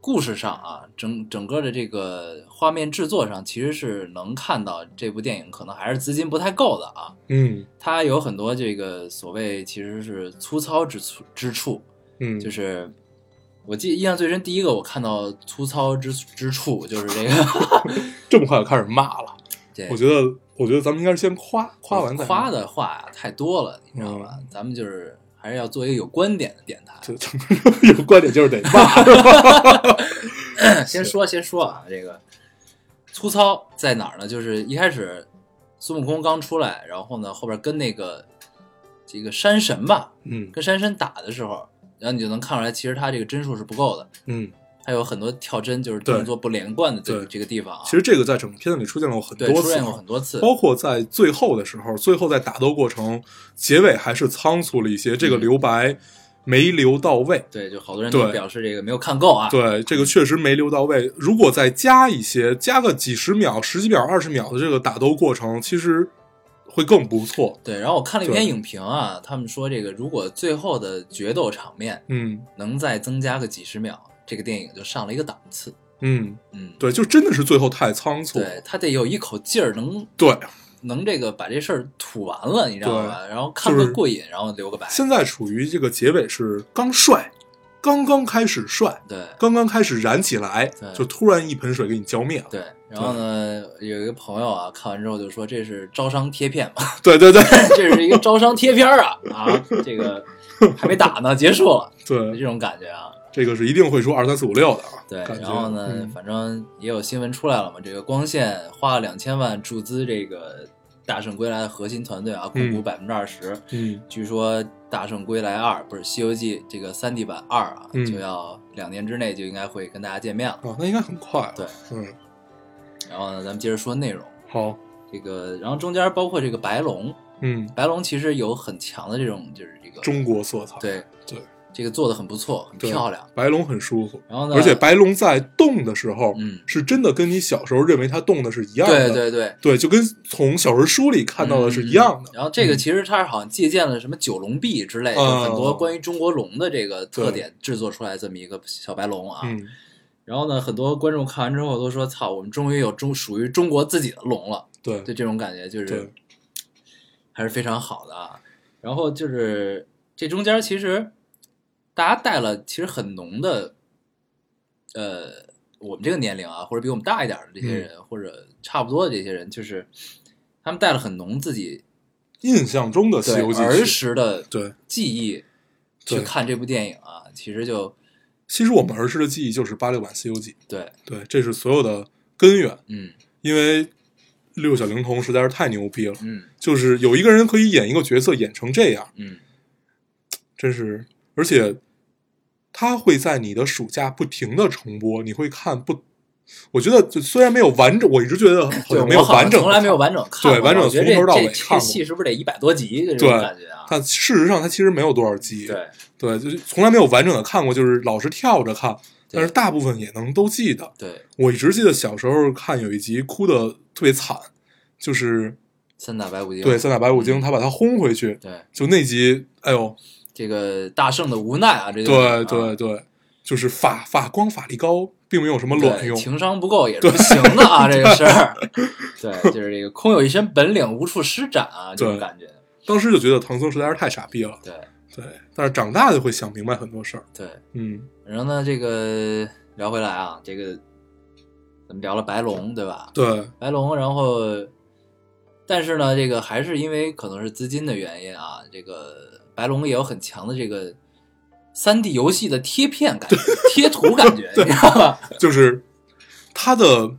[SPEAKER 2] 故事上啊，整整个的这个画面制作上，其实是能看到这部电影可能还是资金不太够的啊，
[SPEAKER 1] 嗯
[SPEAKER 2] 它有很多这个所谓其实是粗糙之处之处，
[SPEAKER 1] 嗯，
[SPEAKER 2] 就是我记得印象最深，第一个我看到粗糙之之处就是这个，
[SPEAKER 1] 这么快就开始骂了，
[SPEAKER 2] 对
[SPEAKER 1] 我觉得，我觉得咱们应该是先夸夸完嗯再
[SPEAKER 2] 夸
[SPEAKER 1] 骂，
[SPEAKER 2] 的话呀太多了，你知道吧？咱们就是还是要做一个有观点的电 台。
[SPEAKER 1] 就有观点就是得骂，
[SPEAKER 2] 先说先说啊，这个粗糙在哪儿呢？就是一开始孙悟空刚出来，然后呢后边跟那个这个山神吧，
[SPEAKER 1] 嗯
[SPEAKER 2] 跟山神打的时候，然后你就能看出来，其实他这个帧数是不够的，
[SPEAKER 1] 嗯。
[SPEAKER 2] 他有很多跳帧，就是
[SPEAKER 1] 对
[SPEAKER 2] 动作不连贯的这个
[SPEAKER 1] 对
[SPEAKER 2] 这个地方啊。
[SPEAKER 1] 其实这个在整个片子里出现了很
[SPEAKER 2] 对
[SPEAKER 1] 多
[SPEAKER 2] 出
[SPEAKER 1] 次哦
[SPEAKER 2] 现，过很多次，
[SPEAKER 1] 包括在最后的时候，最后在打斗过程结尾还是仓促了一些，这个
[SPEAKER 2] 嗯
[SPEAKER 1] 留白没留到位。
[SPEAKER 2] 对，就好多人都
[SPEAKER 1] 对
[SPEAKER 2] 表示这个没有看够啊。
[SPEAKER 1] 对，这个确实没留到位。如果再加一些，加个几十秒、十几秒、二十秒的这个打斗过程，其实会更不错。
[SPEAKER 2] 对，然后我看了一篇
[SPEAKER 1] 对
[SPEAKER 2] 影评啊，他们说这个如果最后的决斗场面
[SPEAKER 1] 嗯
[SPEAKER 2] 能再增加个几十秒，这个电影就上了一个档次。
[SPEAKER 1] 嗯，
[SPEAKER 2] 嗯，
[SPEAKER 1] 对，就真的是最后太仓促。
[SPEAKER 2] 对，他得有一口劲儿能
[SPEAKER 1] 对，
[SPEAKER 2] 能这个把这事儿吐完了，你知道吧？然后看
[SPEAKER 1] 就
[SPEAKER 2] 个
[SPEAKER 1] 是
[SPEAKER 2] 过瘾，然后留个白。
[SPEAKER 1] 现在处于这个结尾是刚帅，刚刚开始帅，
[SPEAKER 2] 对
[SPEAKER 1] 刚刚开始燃起来
[SPEAKER 2] 对，
[SPEAKER 1] 就突然一盆水给你浇灭了。
[SPEAKER 2] 对，然后呢，有一个朋友啊，看完之后就说这是招商贴片嘛，
[SPEAKER 1] 对对对
[SPEAKER 2] 这是一个招商贴片儿啊啊，这个还没打呢，结束了，这
[SPEAKER 1] 对，
[SPEAKER 2] 种感觉啊。
[SPEAKER 1] 这个是一定会说二三四五六的啊。
[SPEAKER 2] 对，
[SPEAKER 1] 感觉
[SPEAKER 2] 然后呢，
[SPEAKER 1] 嗯
[SPEAKER 2] 反正也有新闻出来了嘛，这个光线花了两千万注资这个《大圣归来》的核心团队啊，控股
[SPEAKER 1] 嗯
[SPEAKER 2] 百分之二十。
[SPEAKER 1] 嗯，
[SPEAKER 2] 据说《大圣归来二》不是《西游记》这个三 D 版二啊，
[SPEAKER 1] 嗯
[SPEAKER 2] 就要两年之内就应该会跟大家见面了。
[SPEAKER 1] 啊，那应该很快。
[SPEAKER 2] 对，
[SPEAKER 1] 嗯，
[SPEAKER 2] 然后呢，咱们接着说内容。
[SPEAKER 1] 好，
[SPEAKER 2] 这个，然后中间包括这个白龙，
[SPEAKER 1] 嗯，
[SPEAKER 2] 白龙其实有很强的这种就是这个
[SPEAKER 1] 中国色彩，
[SPEAKER 2] 对
[SPEAKER 1] 对，
[SPEAKER 2] 这个做的很不错，很
[SPEAKER 1] 对
[SPEAKER 2] 漂亮。
[SPEAKER 1] 白龙很舒服，
[SPEAKER 2] 然后呢，
[SPEAKER 1] 而且白龙在动的时候，
[SPEAKER 2] 嗯
[SPEAKER 1] 是真的跟你小时候认为它动的是一样的，
[SPEAKER 2] 对对对，
[SPEAKER 1] 对就跟从小人书里看到的是一样
[SPEAKER 2] 嗯
[SPEAKER 1] 的。
[SPEAKER 2] 然后这个其实它是好像借鉴了什么九龙壁之类的、
[SPEAKER 1] 哦
[SPEAKER 2] 很多关于中国龙的这个特点制作出来这么一个小白龙啊。
[SPEAKER 1] 嗯，
[SPEAKER 2] 然后呢，很多观众看完之后都说：“操，我们终于有中属于中国自己的龙了。”
[SPEAKER 1] 对
[SPEAKER 2] 就这种感觉，就是
[SPEAKER 1] 对
[SPEAKER 2] 还是非常好的啊。然后就是这中间其实大家带了其实很浓的，呃，我们这个年龄啊，或者比我们大一点的
[SPEAKER 1] 嗯
[SPEAKER 2] 这些人，或者差不多的这些人，就是他们带了很浓自己
[SPEAKER 1] 印象中的《西
[SPEAKER 2] 对
[SPEAKER 1] 游记》
[SPEAKER 2] 儿
[SPEAKER 1] 是，
[SPEAKER 2] 时的
[SPEAKER 1] 对，
[SPEAKER 2] 记忆去
[SPEAKER 1] 对
[SPEAKER 2] 看这部电影啊，其实就
[SPEAKER 1] 其实我们儿时的记忆就是八六版《西游记》，
[SPEAKER 2] 对，
[SPEAKER 1] 对，这是所有的根源，
[SPEAKER 2] 嗯
[SPEAKER 1] 因为六小龄童实在是太牛逼了，
[SPEAKER 2] 嗯
[SPEAKER 1] 就是有一个人可以演一个角色演成这样，
[SPEAKER 2] 嗯，
[SPEAKER 1] 真是，而且它会在你的暑假不停的重播，你会看不？我觉得就虽然没有完整，我一直觉得好
[SPEAKER 2] 对，
[SPEAKER 1] 像没
[SPEAKER 2] 我
[SPEAKER 1] 有
[SPEAKER 2] 好像
[SPEAKER 1] 完整，
[SPEAKER 2] 从来没有。完整看过，
[SPEAKER 1] 对完整
[SPEAKER 2] 我觉得
[SPEAKER 1] 从头
[SPEAKER 2] 这
[SPEAKER 1] 到尾
[SPEAKER 2] 这
[SPEAKER 1] 看
[SPEAKER 2] 这
[SPEAKER 1] 过
[SPEAKER 2] 戏是不是得一百多集？这种
[SPEAKER 1] 对
[SPEAKER 2] 感觉啊，
[SPEAKER 1] 但事实上，它其实没有多少集，
[SPEAKER 2] 对。
[SPEAKER 1] 对，就是从来没有完整的看过，就是老是跳着看，但是大部分也能都记得。
[SPEAKER 2] 对，
[SPEAKER 1] 我一直记得小时候看有一集哭的特别惨，就是
[SPEAKER 2] 三打白骨精。
[SPEAKER 1] 对三打白骨
[SPEAKER 2] 嗯
[SPEAKER 1] 精，他把他轰回去，
[SPEAKER 2] 对
[SPEAKER 1] 就那集，哎呦，
[SPEAKER 2] 这个大圣的无奈啊，这就是
[SPEAKER 1] 对对
[SPEAKER 2] 啊
[SPEAKER 1] 对，就是法法光法力高，并没有什么卵
[SPEAKER 2] 对
[SPEAKER 1] 用，
[SPEAKER 2] 情商不够也是不行的 啊，这个事儿。对，就是这个空有一身本领，无处施展啊，这种
[SPEAKER 1] 对
[SPEAKER 2] 感觉。
[SPEAKER 1] 当时就觉得唐僧实在是太傻逼了，
[SPEAKER 2] 对
[SPEAKER 1] 对，但是长大就会想明白很多事儿，
[SPEAKER 2] 对，
[SPEAKER 1] 嗯
[SPEAKER 2] 然后呢，这个聊回来啊，这个咱们聊了白龙，对吧，？
[SPEAKER 1] 对，
[SPEAKER 2] 白龙，然后但是呢，这个还是因为可能是资金的原因啊，这个白龙也有很强的这个三 D 游戏的贴片感觉、贴图感觉，你知道吧？
[SPEAKER 1] 就是他的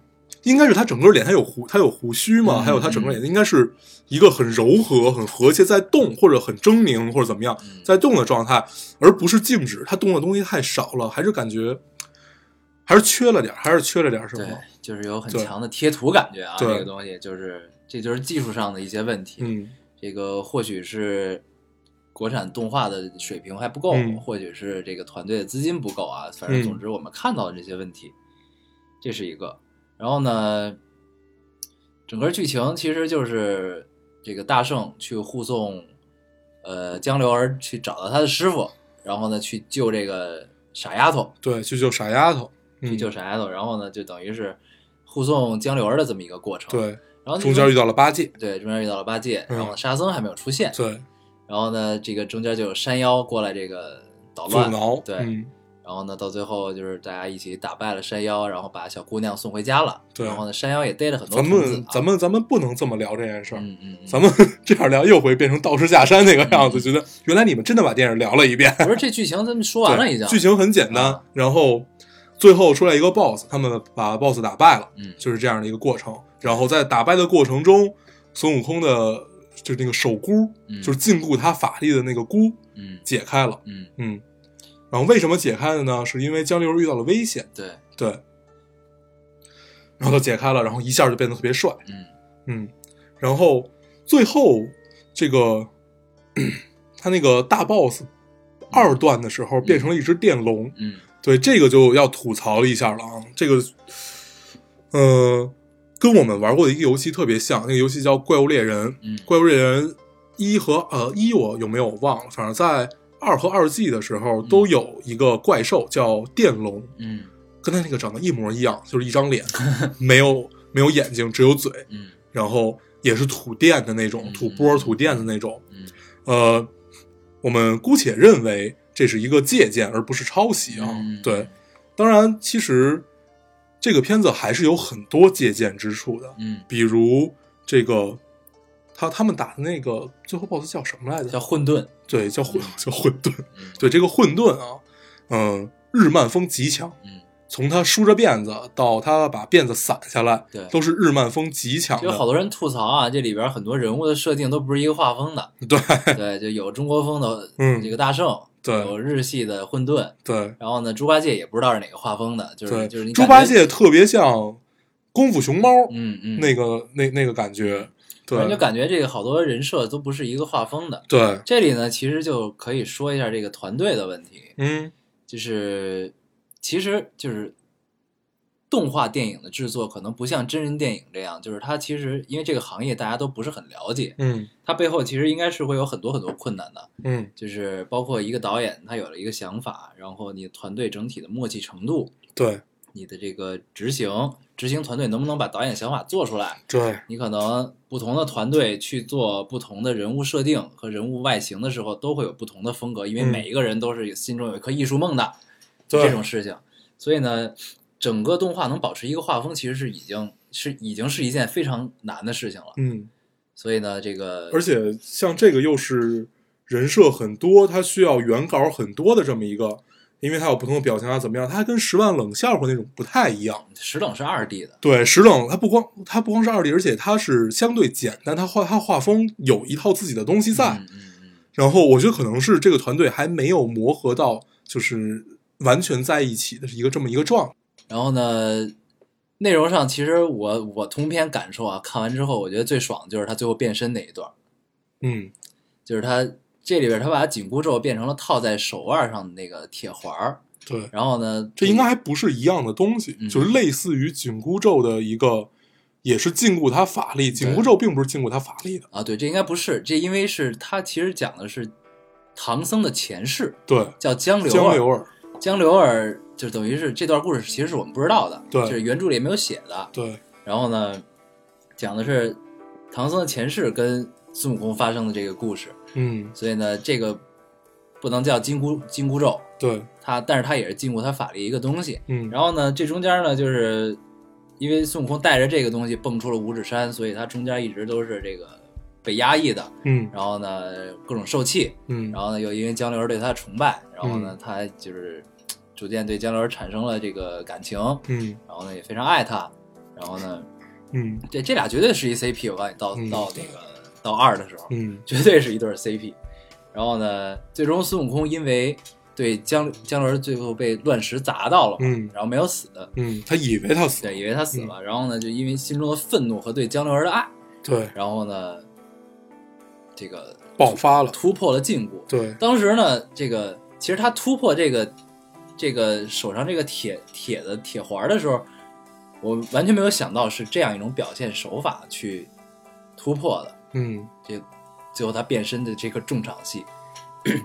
[SPEAKER 1] 应该是他整个脸，他有胡，他有胡须嘛，
[SPEAKER 2] 嗯
[SPEAKER 1] 还有他整个脸应该是一个很柔和、很和谐，在动或者很狰狞或者怎么样，
[SPEAKER 2] 嗯
[SPEAKER 1] 在动的状态，而不是静止。他动的东西太少了，还是感觉还是缺了点儿，还是缺了点儿什
[SPEAKER 2] 对
[SPEAKER 1] 么。，
[SPEAKER 2] 就是有很
[SPEAKER 1] 对
[SPEAKER 2] 强的贴图感觉啊，这
[SPEAKER 1] 对
[SPEAKER 2] 个东西就是这就是技术上的一些问题。
[SPEAKER 1] 嗯
[SPEAKER 2] 这个或许是国产动画的水平还不够，
[SPEAKER 1] 嗯
[SPEAKER 2] 或许是这个团队的资金不够啊。反
[SPEAKER 1] 嗯
[SPEAKER 2] 正总之我们看到了这些问题，这是一个。然后呢，整个剧情其实就是这个大圣去护送呃江流儿去找到他的师傅，然后呢去救这个傻丫头，
[SPEAKER 1] 对，去救傻丫头，嗯，
[SPEAKER 2] 去救傻丫头，然后呢就等于是护送江流儿的这么一个过程。，
[SPEAKER 1] 对，
[SPEAKER 2] 然后
[SPEAKER 1] 中间遇到了八戒，
[SPEAKER 2] 对中间遇到了八戒，
[SPEAKER 1] 嗯
[SPEAKER 2] 然后呢沙僧还没有出现。
[SPEAKER 1] 对，
[SPEAKER 2] 然后呢，这个中间就有山妖过来这个捣
[SPEAKER 1] 阻
[SPEAKER 2] 乱，
[SPEAKER 1] 挠，
[SPEAKER 2] 对
[SPEAKER 1] 嗯，
[SPEAKER 2] 然后呢，到最后就是大家一起打败了山妖，然后把小姑娘送回家了。
[SPEAKER 1] 对
[SPEAKER 2] 然后呢，山妖也逮了很多
[SPEAKER 1] 咱
[SPEAKER 2] 虫子
[SPEAKER 1] 们咱们咱们不能这么聊这件事
[SPEAKER 2] 啊、
[SPEAKER 1] 儿，
[SPEAKER 2] 嗯嗯嗯，
[SPEAKER 1] 咱们 这样聊又会变成道士下山那个样子，
[SPEAKER 2] 嗯
[SPEAKER 1] 觉得原来你们真的把电影聊了一遍，
[SPEAKER 2] 不是这剧情咱们说完了已经。
[SPEAKER 1] 对剧，情很简单
[SPEAKER 2] 啊，
[SPEAKER 1] 然后最后出来一个 BOSS，他们把 BOSS 打败了，
[SPEAKER 2] 嗯，
[SPEAKER 1] 就是这样的一个过程。然后在打败的过程中，孙悟空的就是那个手箍，
[SPEAKER 2] 嗯
[SPEAKER 1] 就是禁锢他法力的那个箍
[SPEAKER 2] 嗯
[SPEAKER 1] 解开了，
[SPEAKER 2] 嗯，
[SPEAKER 1] 嗯。然后为什么解开的呢？是因为江流儿遇到了危险，
[SPEAKER 2] 对，
[SPEAKER 1] 对，然后他解开了，然后一下就变得特别帅，
[SPEAKER 2] 嗯
[SPEAKER 1] 嗯，然后最后这个 他那个大 boss 二段的时候变成了一只电龙，
[SPEAKER 2] 嗯
[SPEAKER 1] 对这个就要吐槽一下了啊，这个呃跟我们玩过的一个游戏特别像，那个游戏叫《怪物猎人》，
[SPEAKER 2] 嗯
[SPEAKER 1] 怪物猎人》一和呃一我有没有忘了，反正在二和二季的时候都有一个怪兽叫电龙，
[SPEAKER 2] 嗯
[SPEAKER 1] 跟他那个长得一模一样，就是一张脸，没有没有眼睛，只有嘴。
[SPEAKER 2] 嗯
[SPEAKER 1] 然后也是土电的那种，
[SPEAKER 2] 嗯
[SPEAKER 1] 土波土电的那种。
[SPEAKER 2] 嗯
[SPEAKER 1] 呃，我们姑且认为这是一个借鉴，而不是抄袭啊。
[SPEAKER 2] 嗯
[SPEAKER 1] 对，当然，其实这个片子还是有很多借鉴之处的，
[SPEAKER 2] 嗯，
[SPEAKER 1] 比如这个他他们打的那个最后 BOSS 叫什么来
[SPEAKER 2] 叫
[SPEAKER 1] 着？
[SPEAKER 2] 混沌。
[SPEAKER 1] 对，叫混
[SPEAKER 2] 嗯
[SPEAKER 1] 叫混沌。
[SPEAKER 2] 嗯
[SPEAKER 1] 对，这个混沌啊，嗯、日漫风极强。
[SPEAKER 2] 嗯，
[SPEAKER 1] 从他梳着辫子到他把辫子散下来，
[SPEAKER 2] 对
[SPEAKER 1] 都是日漫风极强的。
[SPEAKER 2] 有好多人吐槽啊，这里边很多人物的设定都不是一个画风的。
[SPEAKER 1] 对
[SPEAKER 2] 对，就有中国风的
[SPEAKER 1] 嗯
[SPEAKER 2] 这个大圣，
[SPEAKER 1] 对
[SPEAKER 2] 有日系的混沌，
[SPEAKER 1] 对，
[SPEAKER 2] 然后呢，猪八戒也不知道是哪个画风的，就是
[SPEAKER 1] 对，
[SPEAKER 2] 就是你
[SPEAKER 1] 猪
[SPEAKER 2] 感
[SPEAKER 1] 八
[SPEAKER 2] 觉，
[SPEAKER 1] 戒特别像《功夫熊猫》
[SPEAKER 2] 嗯嗯，
[SPEAKER 1] 那个那那个感觉，
[SPEAKER 2] 反正就
[SPEAKER 1] 对
[SPEAKER 2] 感觉这个好多人设都不是一个画风的。
[SPEAKER 1] 对，
[SPEAKER 2] 这里呢，其实就可以说一下这个团队的问题，
[SPEAKER 1] 嗯
[SPEAKER 2] 就是其实就是动画电影的制作可能不像真人电影这样，就是它其实因为这个行业大家都不是很了解，
[SPEAKER 1] 嗯
[SPEAKER 2] 它背后其实应该是会有很多很多困难的，
[SPEAKER 1] 嗯，
[SPEAKER 2] 就是包括一个导演他有了一个想法，然后你团队整体的默契程度，
[SPEAKER 1] 对
[SPEAKER 2] 你的这个执行执行团队能不能把导演想法做出来？
[SPEAKER 1] 对
[SPEAKER 2] 你可能不同的团队去做不同的人物设定和人物外形的时候，都会有不同的风格，因为
[SPEAKER 1] 嗯
[SPEAKER 2] 每一个人都是有心中有一颗艺术梦的
[SPEAKER 1] 对
[SPEAKER 2] 这种事情。所以呢，整个动画能保持一个画风，其实是已经是已经是一件非常难的事情了。
[SPEAKER 1] 嗯，
[SPEAKER 2] 所以呢，这个
[SPEAKER 1] 而且像这个又是人设很多，它需要原稿很多的这么一个，因为它有不同的表情啊，怎么样？它还跟《十万冷笑话》那种不太一样。
[SPEAKER 2] 石冷是二 D 的，
[SPEAKER 1] 对，石冷它不光它不光是二 D，而且它是相对简单，它画它画风有一套自己的东西在，
[SPEAKER 2] 嗯嗯嗯，
[SPEAKER 1] 然后我觉得可能是这个团队还没有磨合到，就是完全在一起的一个这么一个状态。
[SPEAKER 2] 然后呢，内容上其实我我通篇感受啊，看完之后我觉得最爽的就是他最后变身那一段儿，
[SPEAKER 1] 嗯，
[SPEAKER 2] 就是他这里边他把紧箍咒变成了套在手腕上的那个铁环儿，
[SPEAKER 1] 对，
[SPEAKER 2] 然后呢，
[SPEAKER 1] 这应该还不是一样的东西，
[SPEAKER 2] 嗯
[SPEAKER 1] 就是类似于紧箍咒的一个，也是禁锢他法力。紧箍咒并不是禁锢他法力的，
[SPEAKER 2] 啊，对，这应该不是，这因为是他其实讲的是唐僧的前世
[SPEAKER 1] 对，
[SPEAKER 2] 叫江流儿，
[SPEAKER 1] 江流儿，
[SPEAKER 2] 江流儿就等于是这段故事其实是我们不知道的，
[SPEAKER 1] 对
[SPEAKER 2] 就是原著里也没有写的。
[SPEAKER 1] 对
[SPEAKER 2] 然后呢，讲的是唐僧的前世跟孙悟空发生的这个故事，
[SPEAKER 1] 嗯，
[SPEAKER 2] 所以呢，这个不能叫金箍金箍咒，
[SPEAKER 1] 对，
[SPEAKER 2] 它但是它也是禁锢他法力一个东西。
[SPEAKER 1] 嗯，
[SPEAKER 2] 然后呢，这中间呢，就是因为孙悟空带着这个东西蹦出了五指山，所以他中间一直都是这个被压抑的。
[SPEAKER 1] 嗯
[SPEAKER 2] 然后呢，各种受气，
[SPEAKER 1] 嗯
[SPEAKER 2] 然后呢，又因为江流儿对他的崇拜，然后呢，他就是嘖逐渐对江流儿产生了这个感情，
[SPEAKER 1] 嗯
[SPEAKER 2] 然后呢，也非常爱他。然后呢，
[SPEAKER 1] 嗯
[SPEAKER 2] 这这俩绝对是一 CP，我告诉你，到
[SPEAKER 1] 嗯
[SPEAKER 2] 到那个到二的时候，
[SPEAKER 1] 嗯
[SPEAKER 2] 绝对是一对儿 CP。然后呢，最终孙悟空因为对江江流儿最后被乱石砸到了嘛，
[SPEAKER 1] 嗯
[SPEAKER 2] 然后没有死，
[SPEAKER 1] 嗯，他以为他死了，
[SPEAKER 2] 对，以为他死了。然后呢，就因为心中的愤怒和对江流儿的爱，
[SPEAKER 1] 对，
[SPEAKER 2] 然后呢，这个
[SPEAKER 1] 爆发了，
[SPEAKER 2] 突破了禁锢。
[SPEAKER 1] 对，
[SPEAKER 2] 当时呢，这个其实他突破这个这个手上这个铁铁的铁环儿的时候，我完全没有想到是这样一种表现手法去突破的。
[SPEAKER 1] 嗯
[SPEAKER 2] 这最后他变身的这个重场戏，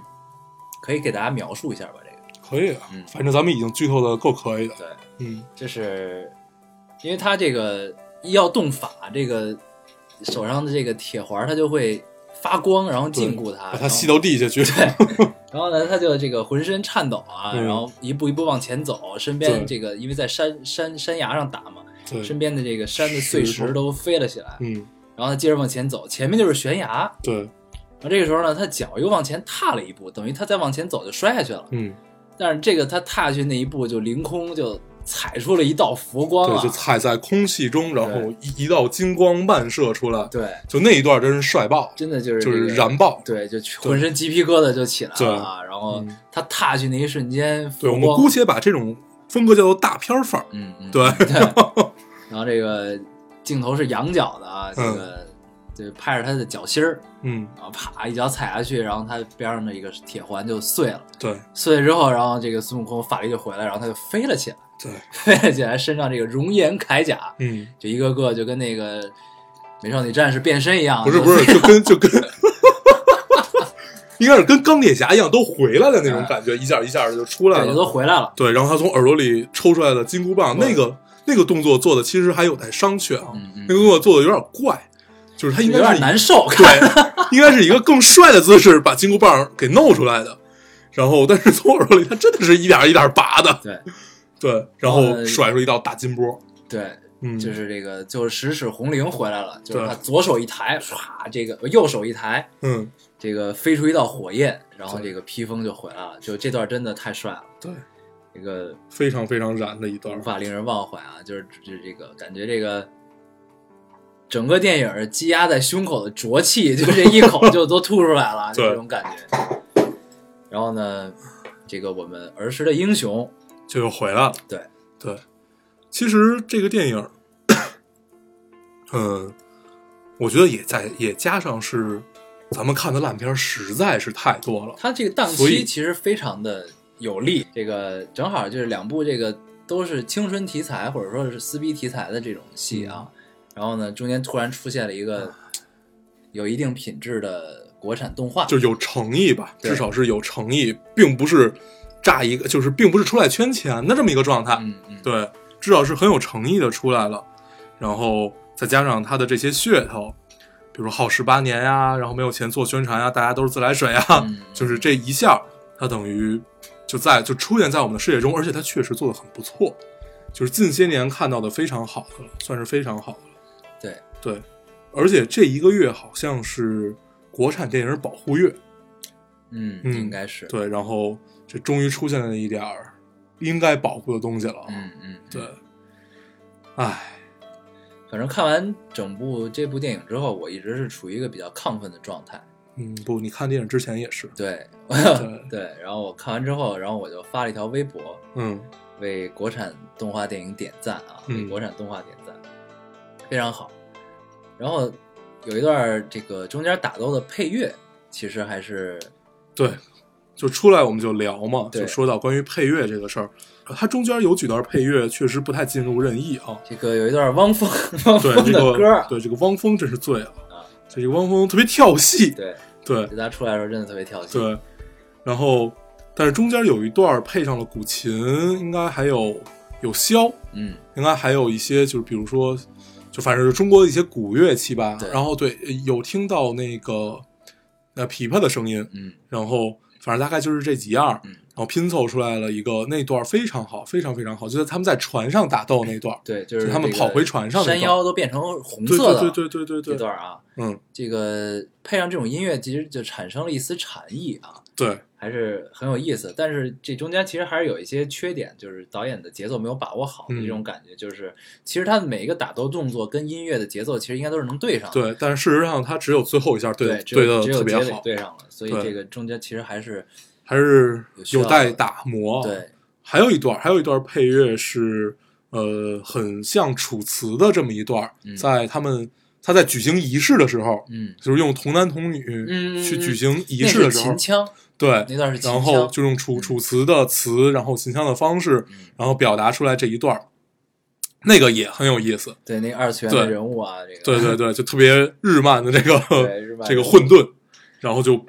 [SPEAKER 2] 可以给大家描述一下吧？这个
[SPEAKER 1] 可以啊
[SPEAKER 2] 嗯，
[SPEAKER 1] 反正咱们已经剧透的够可以的，
[SPEAKER 2] 对，
[SPEAKER 1] 嗯
[SPEAKER 2] 就是因为他这个一要动法，这个手上的这个铁环儿它就会发光，然后禁锢他，
[SPEAKER 1] 把
[SPEAKER 2] 啊然后
[SPEAKER 1] 他吸到地下去，
[SPEAKER 2] 然后呢，他就这个浑身颤抖啊，
[SPEAKER 1] 嗯
[SPEAKER 2] 然后一步一步往前走，身
[SPEAKER 1] 对
[SPEAKER 2] 边这个因为在山山山崖上打嘛，
[SPEAKER 1] 对，
[SPEAKER 2] 身边的这个山的碎
[SPEAKER 1] 石头
[SPEAKER 2] 石都飞了起来，
[SPEAKER 1] 嗯
[SPEAKER 2] 然后他接着往前走，前面就是悬崖，
[SPEAKER 1] 对，
[SPEAKER 2] 然后这个时候呢，他脚又往前踏了一步，等于他再往前走就摔下去了，
[SPEAKER 1] 嗯
[SPEAKER 2] 但是这个他踏下去那一步就凌空就踩出了一道佛光
[SPEAKER 1] 对，
[SPEAKER 2] 啊
[SPEAKER 1] 就，踩在空气中，然后一一道金光漫射出来，
[SPEAKER 2] 对，
[SPEAKER 1] 就那一段真是帅爆，
[SPEAKER 2] 真的就是
[SPEAKER 1] 就
[SPEAKER 2] 这
[SPEAKER 1] 是
[SPEAKER 2] 个
[SPEAKER 1] 燃爆。
[SPEAKER 2] 对，就浑身鸡皮疙瘩就起来了啊，然后
[SPEAKER 1] 嗯
[SPEAKER 2] 他踏下去那一瞬间，
[SPEAKER 1] 对，
[SPEAKER 2] 佛
[SPEAKER 1] 我们
[SPEAKER 2] 光
[SPEAKER 1] 姑且把这种风格叫做大片儿范儿。
[SPEAKER 2] 嗯，嗯
[SPEAKER 1] 对，
[SPEAKER 2] 对，然后这个镜头是仰角的啊，这个就拍着他的脚心儿，
[SPEAKER 1] 嗯，
[SPEAKER 2] 然后啪一脚踩下去，然后他边上的一个铁环就碎了，
[SPEAKER 1] 对
[SPEAKER 2] 碎了之后，然后这个孙悟空法力就回来，然后他就飞了起来，
[SPEAKER 1] 对，
[SPEAKER 2] 飞了起来，身上这个熔岩铠甲
[SPEAKER 1] 嗯，
[SPEAKER 2] 就一个个就跟那个美少女战士变身一样，
[SPEAKER 1] 不是
[SPEAKER 2] 就
[SPEAKER 1] 不是，就跟就跟， 应该是跟钢铁侠一样，都回来的那种感觉，一下一下的就出来
[SPEAKER 2] 啊对，就都
[SPEAKER 1] 了。
[SPEAKER 2] 回来了，
[SPEAKER 1] 对，然后他从耳朵里抽出来的金箍棒，
[SPEAKER 2] 对
[SPEAKER 1] 那个那个动作做的其实还有待商榷啊
[SPEAKER 2] 嗯嗯，
[SPEAKER 1] 那个动作做的有点怪，就是他应该
[SPEAKER 2] 有
[SPEAKER 1] 是
[SPEAKER 2] 点
[SPEAKER 1] 以
[SPEAKER 2] 难受， 看
[SPEAKER 1] 对，应该是一个更帅的姿势把金箍棒给弄出来的。然后，但是从耳朵里，他真的是一点儿一点儿拔的，
[SPEAKER 2] 对
[SPEAKER 1] 对，然后甩出一道大金波，
[SPEAKER 2] 对，
[SPEAKER 1] 嗯，
[SPEAKER 2] 就是这个就是使使红绫回来了，就是
[SPEAKER 1] 对
[SPEAKER 2] 他左手一抬，唰，这个呃右手一抬。
[SPEAKER 1] 嗯，
[SPEAKER 2] 这个飞出一道火焰，然后
[SPEAKER 1] 对
[SPEAKER 2] 这个披风就回来了。就这段真的太帅了，
[SPEAKER 1] 对，
[SPEAKER 2] 这个
[SPEAKER 1] 非常非常燃的一段
[SPEAKER 2] 无，法令人忘怀啊！就是就是这个感觉，这个整个电影积压在胸口的浊气，就这一口就都吐出 来了，就
[SPEAKER 1] 对
[SPEAKER 2] 这种感觉。然后呢，这个我们儿时的英雄，
[SPEAKER 1] 就又回来了。
[SPEAKER 2] 对
[SPEAKER 1] 对，其实这个电影，嗯，我觉得也在也加上是咱们看的烂片儿实在是太多了，
[SPEAKER 2] 他这个档
[SPEAKER 1] 所以
[SPEAKER 2] 期其实非常的有力，这个正好就是两部这个都是青春题材或者说是撕逼题材的这种戏啊，
[SPEAKER 1] 嗯
[SPEAKER 2] 然后呢中间突然出现了一个有一定品质的国产动画，
[SPEAKER 1] 就有诚意吧，
[SPEAKER 2] 对
[SPEAKER 1] 至少是有诚意，并不是炸一个，就是并不是出来圈钱的这么一个状态。
[SPEAKER 2] 嗯嗯，
[SPEAKER 1] 对，至少是很有诚意的出来了。然后再加上他的这些噱头，比如说耗时八年呀、然后没有钱做宣传呀、大家都是自来水呀、
[SPEAKER 2] 嗯
[SPEAKER 1] 就是这一下，他等于就在就出现在我们的视野中，而且他确实做的很不错，就是近些年看到的非常好的了，算是非常好的了。
[SPEAKER 2] 对
[SPEAKER 1] 对，而且这一个月好像是国产电影保护月，
[SPEAKER 2] 嗯
[SPEAKER 1] 嗯
[SPEAKER 2] 应该是，
[SPEAKER 1] 对，然后这终于出现了一点儿应该保护的东西了。啊
[SPEAKER 2] 嗯嗯，
[SPEAKER 1] 对，唉。
[SPEAKER 2] 反正看完整部这部电影之后，我一直是处于一个比较亢奋的状态，
[SPEAKER 1] 嗯，不，你看电影之前也 是，
[SPEAKER 2] 对
[SPEAKER 1] 对
[SPEAKER 2] 对，然后我看完之后，然后我就发了一条微博，
[SPEAKER 1] 嗯
[SPEAKER 2] 为国产动画电影点赞啊，
[SPEAKER 1] 嗯
[SPEAKER 2] 为国产动画点赞，非常好。然后有一段这个中间打斗的配乐，其实还是，
[SPEAKER 1] 对，就出来我们就聊嘛，
[SPEAKER 2] 对。
[SPEAKER 1] 就说到关于配乐这个事儿，呃它中间有几段配乐确实不太尽如人意啊
[SPEAKER 2] 这个有一段汪峰汪
[SPEAKER 1] 对
[SPEAKER 2] 峰
[SPEAKER 1] 这
[SPEAKER 2] 的
[SPEAKER 1] 个
[SPEAKER 2] 歌儿，
[SPEAKER 1] 对这个汪峰真是醉了
[SPEAKER 2] 啊，
[SPEAKER 1] 这个汪峰特别跳戏，
[SPEAKER 2] 对，
[SPEAKER 1] 对
[SPEAKER 2] 就他出来的时候真的特别跳戏，
[SPEAKER 1] 对，然后但是中间有一段配上了古琴，应该还有有箫，
[SPEAKER 2] 嗯，
[SPEAKER 1] 应该还有一些就是比如说，就反正是中国的一些古乐器吧
[SPEAKER 2] 对。
[SPEAKER 1] 然后对，呃有听到那个呃琵琶的声音，
[SPEAKER 2] 嗯，
[SPEAKER 1] 然后反正大概就是这几样儿。
[SPEAKER 2] 嗯
[SPEAKER 1] 然后拼凑出来了一个那段非常好，非常非常好，就在他们在船上打斗那段，
[SPEAKER 2] 对，就是
[SPEAKER 1] 就他们
[SPEAKER 2] 这个
[SPEAKER 1] 跑回船上那段
[SPEAKER 2] 山腰都变成红
[SPEAKER 1] 对
[SPEAKER 2] 色的
[SPEAKER 1] 对对对对
[SPEAKER 2] 这
[SPEAKER 1] 对对，
[SPEAKER 2] 段啊，
[SPEAKER 1] 嗯，
[SPEAKER 2] 这个配上这种音乐，其实就产生了一丝禅意啊，
[SPEAKER 1] 对
[SPEAKER 2] 还是很有意思。但是这中间其实还是有一些缺点，就是导演的节奏没有把握好的
[SPEAKER 1] 嗯
[SPEAKER 2] 这种感觉。就是其实他的每一个打斗动作跟音乐的节奏其实应该都是能对上的，
[SPEAKER 1] 对，但是事实上他只有最后一下对
[SPEAKER 2] 对，
[SPEAKER 1] 的
[SPEAKER 2] 只有
[SPEAKER 1] 的
[SPEAKER 2] 只有
[SPEAKER 1] 特别
[SPEAKER 2] 结尾
[SPEAKER 1] 好，
[SPEAKER 2] 对上了，所以
[SPEAKER 1] 对
[SPEAKER 2] 这个中间其实还是
[SPEAKER 1] 还是有待
[SPEAKER 2] 有需要的
[SPEAKER 1] 打磨。，啊
[SPEAKER 2] 对
[SPEAKER 1] 还有一段，还有一段配乐是呃，很像楚辞的这么一段，
[SPEAKER 2] 嗯
[SPEAKER 1] 在他们他在举行仪式的时候，
[SPEAKER 2] 嗯，
[SPEAKER 1] 就是用童男童女
[SPEAKER 2] 嗯
[SPEAKER 1] 去举行仪
[SPEAKER 2] 那
[SPEAKER 1] 式的时
[SPEAKER 2] 是
[SPEAKER 1] 候
[SPEAKER 2] 秦，腔，
[SPEAKER 1] 对，
[SPEAKER 2] 嗯那段是秦
[SPEAKER 1] 然后
[SPEAKER 2] 腔，
[SPEAKER 1] 就用楚楚辞的词，然后秦腔的方式，
[SPEAKER 2] 嗯，
[SPEAKER 1] 然后表达出来这一段儿，那个也很有意思。
[SPEAKER 2] 对那二次元的
[SPEAKER 1] 对
[SPEAKER 2] 人物啊，这个
[SPEAKER 1] 对对对，就特别日漫的这个
[SPEAKER 2] 对日漫
[SPEAKER 1] 这个混沌，然后就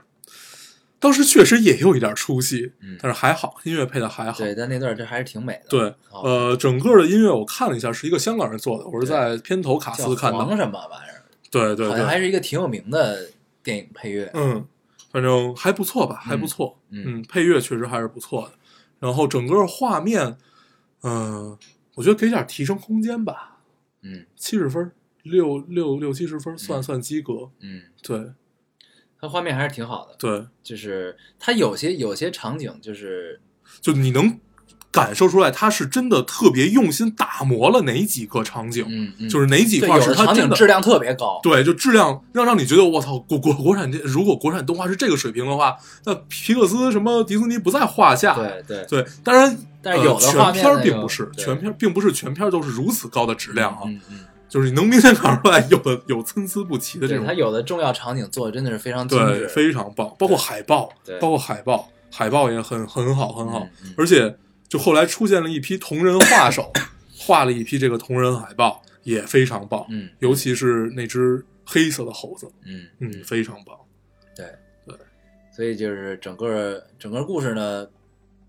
[SPEAKER 1] 当时确实也有一点出戏，
[SPEAKER 2] 嗯
[SPEAKER 1] 但是还好音乐配的还好。
[SPEAKER 2] 对，但那段这还是挺美的。
[SPEAKER 1] 对
[SPEAKER 2] 好
[SPEAKER 1] 呃，整个的音乐我看了一下，是一个香港人做的，我是
[SPEAKER 2] 对
[SPEAKER 1] 在片头卡
[SPEAKER 2] 叫
[SPEAKER 1] 斯看到
[SPEAKER 2] 黄。什么玩意儿？
[SPEAKER 1] 对对
[SPEAKER 2] 好像还
[SPEAKER 1] 对，
[SPEAKER 2] 是一个挺有名的电影配乐。
[SPEAKER 1] 嗯，反正还不错吧，还不错。
[SPEAKER 2] 嗯
[SPEAKER 1] 嗯，配乐确实还是不错的。然后整个画面，嗯、我觉得给点提升空间吧，
[SPEAKER 2] 嗯
[SPEAKER 1] 七十分儿，六六六七十分儿算
[SPEAKER 2] 嗯
[SPEAKER 1] 算及格。
[SPEAKER 2] 嗯，
[SPEAKER 1] 对
[SPEAKER 2] 它画面还是挺好的，
[SPEAKER 1] 对，
[SPEAKER 2] 就是它有些有些场景就是
[SPEAKER 1] 就你能感受出来，他是真的特别用心打磨了哪几个场景，
[SPEAKER 2] 嗯嗯，
[SPEAKER 1] 就是哪几
[SPEAKER 2] 对
[SPEAKER 1] 块
[SPEAKER 2] 有
[SPEAKER 1] 是
[SPEAKER 2] 的
[SPEAKER 1] 他
[SPEAKER 2] 场
[SPEAKER 1] 真
[SPEAKER 2] 景
[SPEAKER 1] 的
[SPEAKER 2] 质量特别高。
[SPEAKER 1] 对，就质量让让你觉得我操，国国国产电如果国产动画是这个水平的话，那皮克斯什么迪士尼不在话下。
[SPEAKER 2] 对对，
[SPEAKER 1] 对当然，
[SPEAKER 2] 但是有的
[SPEAKER 1] 呃、
[SPEAKER 2] 画
[SPEAKER 1] 全
[SPEAKER 2] 面
[SPEAKER 1] 片儿
[SPEAKER 2] 那
[SPEAKER 1] 并
[SPEAKER 2] 个
[SPEAKER 1] 不是，
[SPEAKER 2] 对
[SPEAKER 1] 全片儿并不是全片儿都是如此高的质量啊，
[SPEAKER 2] 嗯嗯，
[SPEAKER 1] 就是你能明显看出来有的有参差不齐的这
[SPEAKER 2] 对，
[SPEAKER 1] 种
[SPEAKER 2] 它，有的重要场景做的真的是非常精
[SPEAKER 1] 对，
[SPEAKER 2] 致，
[SPEAKER 1] 非常棒，包括海报
[SPEAKER 2] 对，
[SPEAKER 1] 包括海报，海报也很很好，很好，
[SPEAKER 2] 嗯嗯
[SPEAKER 1] 而且就后来出现了一批同人画手，画了一批这个同人海报，也非常棒，
[SPEAKER 2] 嗯
[SPEAKER 1] 尤其是那只黑色的猴子，
[SPEAKER 2] 嗯
[SPEAKER 1] 嗯，非常棒。
[SPEAKER 2] 对
[SPEAKER 1] 对，
[SPEAKER 2] 所以就是整个整个故事呢，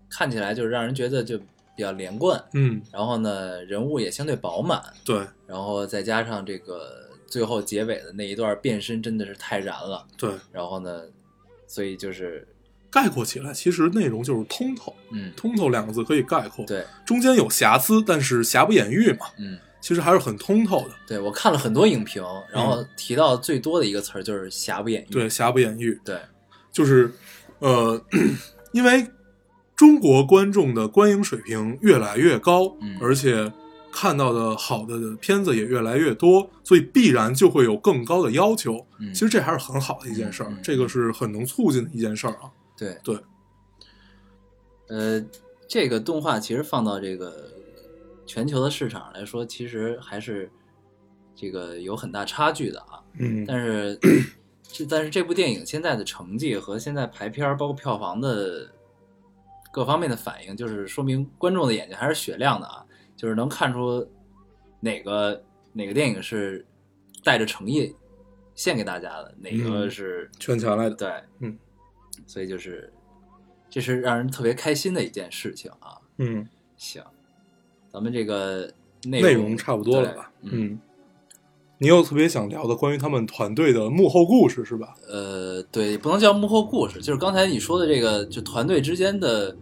[SPEAKER 2] 看起来就是让人觉得就比较连贯，
[SPEAKER 1] 嗯，
[SPEAKER 2] 然后呢人物也相对饱满，
[SPEAKER 1] 对
[SPEAKER 2] 然后再加上这个最后结尾的那一段变身真的是太燃了，
[SPEAKER 1] 对，
[SPEAKER 2] 然后呢，所以就是
[SPEAKER 1] 概括起来，其实内容就是通透，
[SPEAKER 2] 嗯，
[SPEAKER 1] 通透两个字可以概括。，
[SPEAKER 2] 对，
[SPEAKER 1] 中间有瑕疵，但是瑕不掩瑜嘛，
[SPEAKER 2] 嗯，
[SPEAKER 1] 其实还是很通透的。
[SPEAKER 2] 对我看了很多影评，然后提到最多的一个词儿就是瑕不掩瑜，
[SPEAKER 1] 嗯对，瑕不掩瑜，
[SPEAKER 2] 对，
[SPEAKER 1] 就是呃， 因为中国观众的观影水平越来越高，
[SPEAKER 2] 嗯
[SPEAKER 1] 而且看到的好的片子也越来越多，所以必然就会有更高的要求。
[SPEAKER 2] 嗯
[SPEAKER 1] 其实这还是很好的一件事儿，
[SPEAKER 2] 嗯嗯
[SPEAKER 1] 这个是很能促进的一件事儿啊。
[SPEAKER 2] 对
[SPEAKER 1] 对，
[SPEAKER 2] 呃，这个动画其实放到这个全球的市场来说，其实还是这个有很大差距的啊，
[SPEAKER 1] 嗯
[SPEAKER 2] 但是这但是这部电影现在的成绩和现在排片儿包括票房的各方面的反应，就是说明观众的眼睛还是雪亮的啊，就是能看出哪个哪个电影是带着诚意献给大家的，哪个
[SPEAKER 1] 嗯
[SPEAKER 2] 是、
[SPEAKER 1] 圈钱来的，
[SPEAKER 2] 对，
[SPEAKER 1] 嗯，
[SPEAKER 2] 所以就是这是让人特别开心的一件事情啊。
[SPEAKER 1] 嗯，
[SPEAKER 2] 行，咱们这个内
[SPEAKER 1] 内容差不多了
[SPEAKER 2] 对
[SPEAKER 1] 吧？
[SPEAKER 2] 嗯，
[SPEAKER 1] 嗯，你有特别想聊的关于他们团队的幕后故事是吧？
[SPEAKER 2] 呃，对，不能叫幕后故事，就是刚才你说的这个，就团队之间的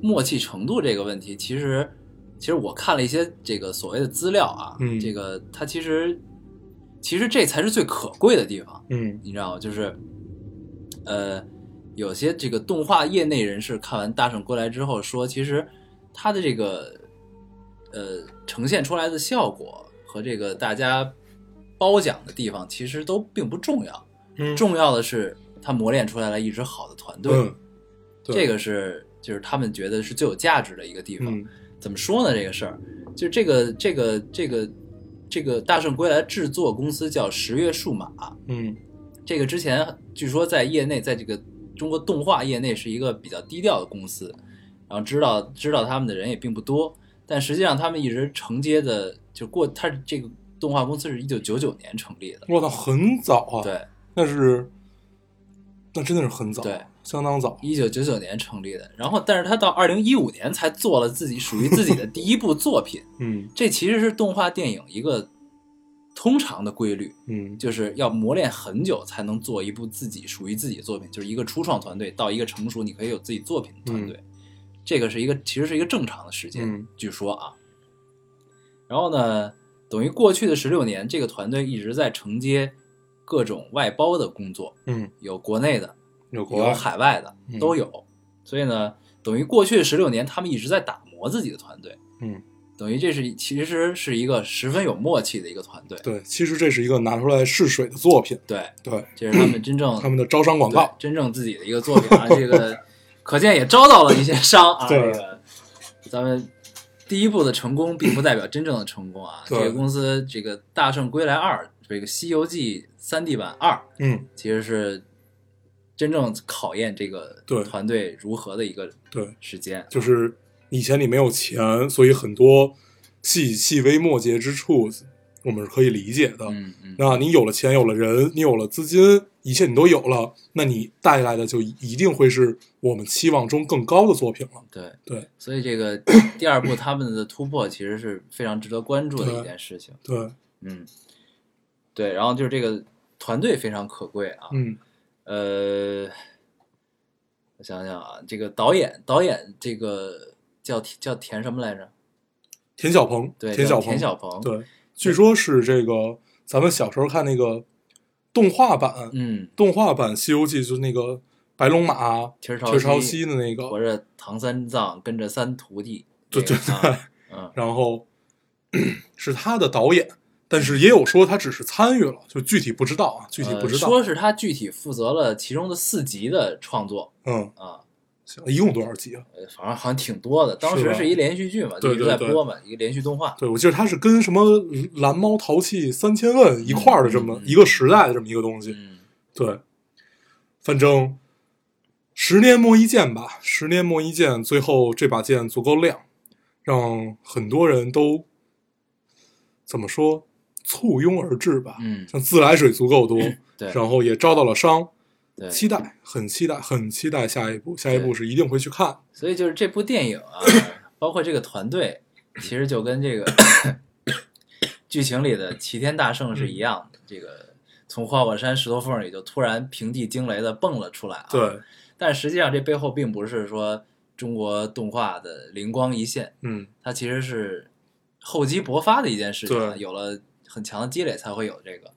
[SPEAKER 2] 默契程度这个问题，其实其实我看了一些这个所谓的资料啊，
[SPEAKER 1] 嗯
[SPEAKER 2] 这个它其实其实这才是最可贵的地方，
[SPEAKER 1] 嗯
[SPEAKER 2] 你知道吗？就是呃，有些这个动画业内人士看完《大圣归来》之后说，其实它的这个呃呈现出来的效果和这个大家褒奖的地方，其实都并不重要。
[SPEAKER 1] 嗯
[SPEAKER 2] 重要的是他磨练出来了一支好的团队，
[SPEAKER 1] 嗯，对
[SPEAKER 2] 这个是就是他们觉得是最有价值的一个地方。
[SPEAKER 1] 嗯
[SPEAKER 2] 怎么说呢？这个事儿，就这个这个这个这个《大圣归来》制作公司叫十月数码，
[SPEAKER 1] 嗯
[SPEAKER 2] 这个之前据说在业内，在这个中国动画业内是一个比较低调的公司，然后知道知道他们的人也并不多，但实际上他们一直承接的就过，它是这个动画公司是一九九九年成立的，
[SPEAKER 1] 我操，很早啊，
[SPEAKER 2] 对，
[SPEAKER 1] 那是，那真的是很早，
[SPEAKER 2] 对，
[SPEAKER 1] 相当早。
[SPEAKER 2] 一九九九年成立的，然后但是他到二零一五年才做了自己属于自己的第一部作品，
[SPEAKER 1] 嗯
[SPEAKER 2] 这其实是动画电影一个通常的规律，
[SPEAKER 1] 嗯，
[SPEAKER 2] 就是要磨练很久才能做一部自己属于自己的作品，就是一个初创团队到一个成熟你可以有自己作品的团队，这个是一个其实是一个正常的时间，
[SPEAKER 1] 嗯
[SPEAKER 2] 据说啊。然后呢，等于过去的十六年，这个团队一直在承接各种外包的工作，
[SPEAKER 1] 嗯，
[SPEAKER 2] 有国内的，
[SPEAKER 1] 有国
[SPEAKER 2] 有
[SPEAKER 1] 外，
[SPEAKER 2] 海外的，
[SPEAKER 1] 嗯
[SPEAKER 2] 都有。所以呢，等于过去的十六年，他们一直在打磨自己的团队，
[SPEAKER 1] 嗯，
[SPEAKER 2] 等于这是其实是一个十分有默契的一个团队。
[SPEAKER 1] 对，其实这是一个拿出来试水的作品，
[SPEAKER 2] 对，
[SPEAKER 1] 对
[SPEAKER 2] 这是他们真正
[SPEAKER 1] 嗯 他们的招商广
[SPEAKER 2] 对
[SPEAKER 1] 告，
[SPEAKER 2] 真正自己的一个作品啊。 这个可见也招到了一些伤啊。
[SPEAKER 1] 对
[SPEAKER 2] 这个咱们第一步的成功，并不代表真正的成功啊。这
[SPEAKER 1] 对
[SPEAKER 2] 个公司这个《大圣归来二》这个《西游记》三 D 版二，
[SPEAKER 1] 嗯，
[SPEAKER 2] 其实是真正考验这个
[SPEAKER 1] 对
[SPEAKER 2] 团队如何的一个
[SPEAKER 1] 对，
[SPEAKER 2] 时间。
[SPEAKER 1] 就是以前你没有钱，所以很多细细微末节之处，我们是可以理解的。
[SPEAKER 2] 嗯嗯，
[SPEAKER 1] 那你有了钱，有了人，你有了资金，一切你都有了，那你带来的就一定会是我们期望中更高的作品了。
[SPEAKER 2] 对
[SPEAKER 1] 对，
[SPEAKER 2] 所以这个第二步他们的突破其实是非常值得关注的
[SPEAKER 1] 对
[SPEAKER 2] 一件事情。
[SPEAKER 1] 对，
[SPEAKER 2] 嗯，对，然后就是这个团队非常可贵啊。
[SPEAKER 1] 嗯
[SPEAKER 2] 呃，我想想啊，这个导演导演这个叫叫田什么来着？，
[SPEAKER 1] 田小鹏，
[SPEAKER 2] 对，
[SPEAKER 1] 田
[SPEAKER 2] 叫
[SPEAKER 1] 小鹏，
[SPEAKER 2] 田小鹏。，
[SPEAKER 1] 对，据说是这个咱们小时候看那个动画版，
[SPEAKER 2] 嗯，
[SPEAKER 1] 动画版《西游记》就是那个白龙马
[SPEAKER 2] 蹄儿朝
[SPEAKER 1] 儿朝
[SPEAKER 2] 西
[SPEAKER 1] 西的那个，
[SPEAKER 2] 驮着唐三藏，跟着三徒弟。
[SPEAKER 1] 对
[SPEAKER 2] 这
[SPEAKER 1] 对
[SPEAKER 2] 个
[SPEAKER 1] 对
[SPEAKER 2] 啊，嗯，
[SPEAKER 1] 然后 是他的导演，但是也有说他只是参与了，就具体不知道啊， 具体不
[SPEAKER 2] 呃
[SPEAKER 1] 知道。
[SPEAKER 2] 说是他具体负责了其中的四集的创作
[SPEAKER 1] 嗯，
[SPEAKER 2] 啊，
[SPEAKER 1] 行，一共多少集啊？
[SPEAKER 2] 呃反正好像挺多的。当时
[SPEAKER 1] 吧
[SPEAKER 2] 是一连续剧嘛，就
[SPEAKER 1] 对
[SPEAKER 2] 一直
[SPEAKER 1] 对
[SPEAKER 2] 在
[SPEAKER 1] 对
[SPEAKER 2] 播嘛，一个连续动画。
[SPEAKER 1] 对，我记得他是跟什么蓝猫淘气三千问一块儿的这么、
[SPEAKER 2] 嗯嗯
[SPEAKER 1] 一个时代的这么一个东西。
[SPEAKER 2] 嗯，
[SPEAKER 1] 对，反正十年磨一剑吧，十年磨一剑，最后这把剑足够亮，让很多人都怎么说簇拥而至吧。
[SPEAKER 2] 嗯
[SPEAKER 1] 像自来水足够多，
[SPEAKER 2] 对
[SPEAKER 1] 然后也招到了伤，
[SPEAKER 2] 对。
[SPEAKER 1] 期待，很期待，很期待下一步，下一
[SPEAKER 2] 对啊
[SPEAKER 1] 步是一定会去看。
[SPEAKER 2] 所以就是这部电影啊，包括这个团队，其实就跟这个剧情里的齐天大圣是一样的。这个从花果山石头缝里就突然平地惊雷的蹦了出来啊！，
[SPEAKER 1] 对，
[SPEAKER 2] 但实际上这背后并不是说中国动画的灵光一现，
[SPEAKER 1] 嗯，
[SPEAKER 2] 它其实是厚积薄发的一件事情啊，
[SPEAKER 1] 对
[SPEAKER 2] 有了很强的积累才会有这个。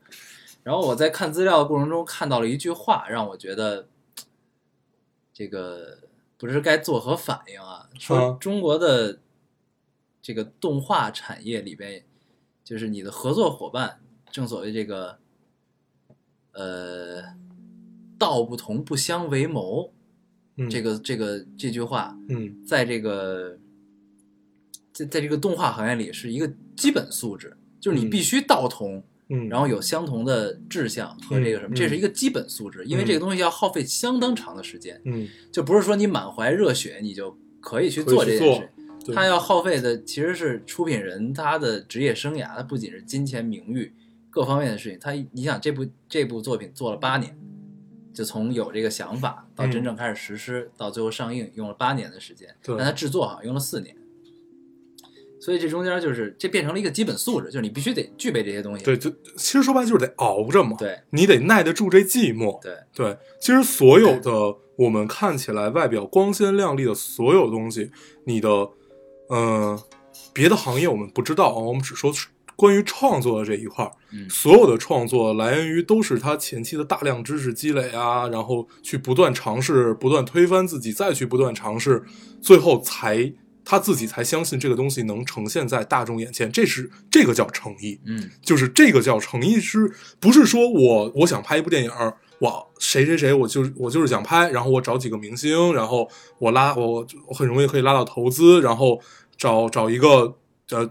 [SPEAKER 2] 然后我在看资料的过程中看到了一句话，让我觉得这个不知该作何反应啊！说
[SPEAKER 1] 啊
[SPEAKER 2] 中国的这个动画产业里边，就是你的合作伙伴，正所谓这个呃“道不同不相为谋”
[SPEAKER 1] 嗯
[SPEAKER 2] 这个这个这句话，
[SPEAKER 1] 嗯，
[SPEAKER 2] 在这个在在这个动画行业里是一个基本素质，就是你
[SPEAKER 1] 嗯
[SPEAKER 2] 必须道同，
[SPEAKER 1] 嗯，
[SPEAKER 2] 然后有相同的志向和这个什
[SPEAKER 1] 嗯
[SPEAKER 2] 么，
[SPEAKER 1] 嗯
[SPEAKER 2] 这是一个基本素质，因为
[SPEAKER 1] 嗯
[SPEAKER 2] 这个东西要耗费相当长的时间，
[SPEAKER 1] 嗯，
[SPEAKER 2] 就不是说你满怀热血你就可以去做这件
[SPEAKER 1] 可以
[SPEAKER 2] 事。
[SPEAKER 1] 对
[SPEAKER 2] 他要耗费的其实是出品人他的职业生涯，他不仅是金钱、名誉各方面的事情。他你想这部这部作品做了八年，就从有这个想法到
[SPEAKER 1] 嗯
[SPEAKER 2] 真正开始实施，到最后上映用了八年的时间，
[SPEAKER 1] 对
[SPEAKER 2] 但他制作好像用了四年。所以这中间就是这变成了一个基本素质，就是你必须得具备这些东西。
[SPEAKER 1] 对，就其实说白了就是得熬着嘛，
[SPEAKER 2] 对
[SPEAKER 1] 你得耐得住这寂寞。
[SPEAKER 2] 对
[SPEAKER 1] 对，其实所有的我们看起来外表光鲜亮丽的所有东西，你的，嗯，别的行业我们不知道啊，我们只说关于创作的这一块儿，
[SPEAKER 2] 嗯
[SPEAKER 1] 所有的创作来源于都是他前期的大量知识积累啊，然后去不断尝试，不断推翻自己，再去不断尝试，最后才他自己才相信这个东西能呈现在大众眼前，这是这个叫诚意。
[SPEAKER 2] 嗯，
[SPEAKER 1] 就是这个叫诚意是，不是说我我想拍一部电影，我谁谁谁，我就是我就是想拍，然后我找几个明星，然后我拉我我很容易可以拉到投资，然后找找一个呃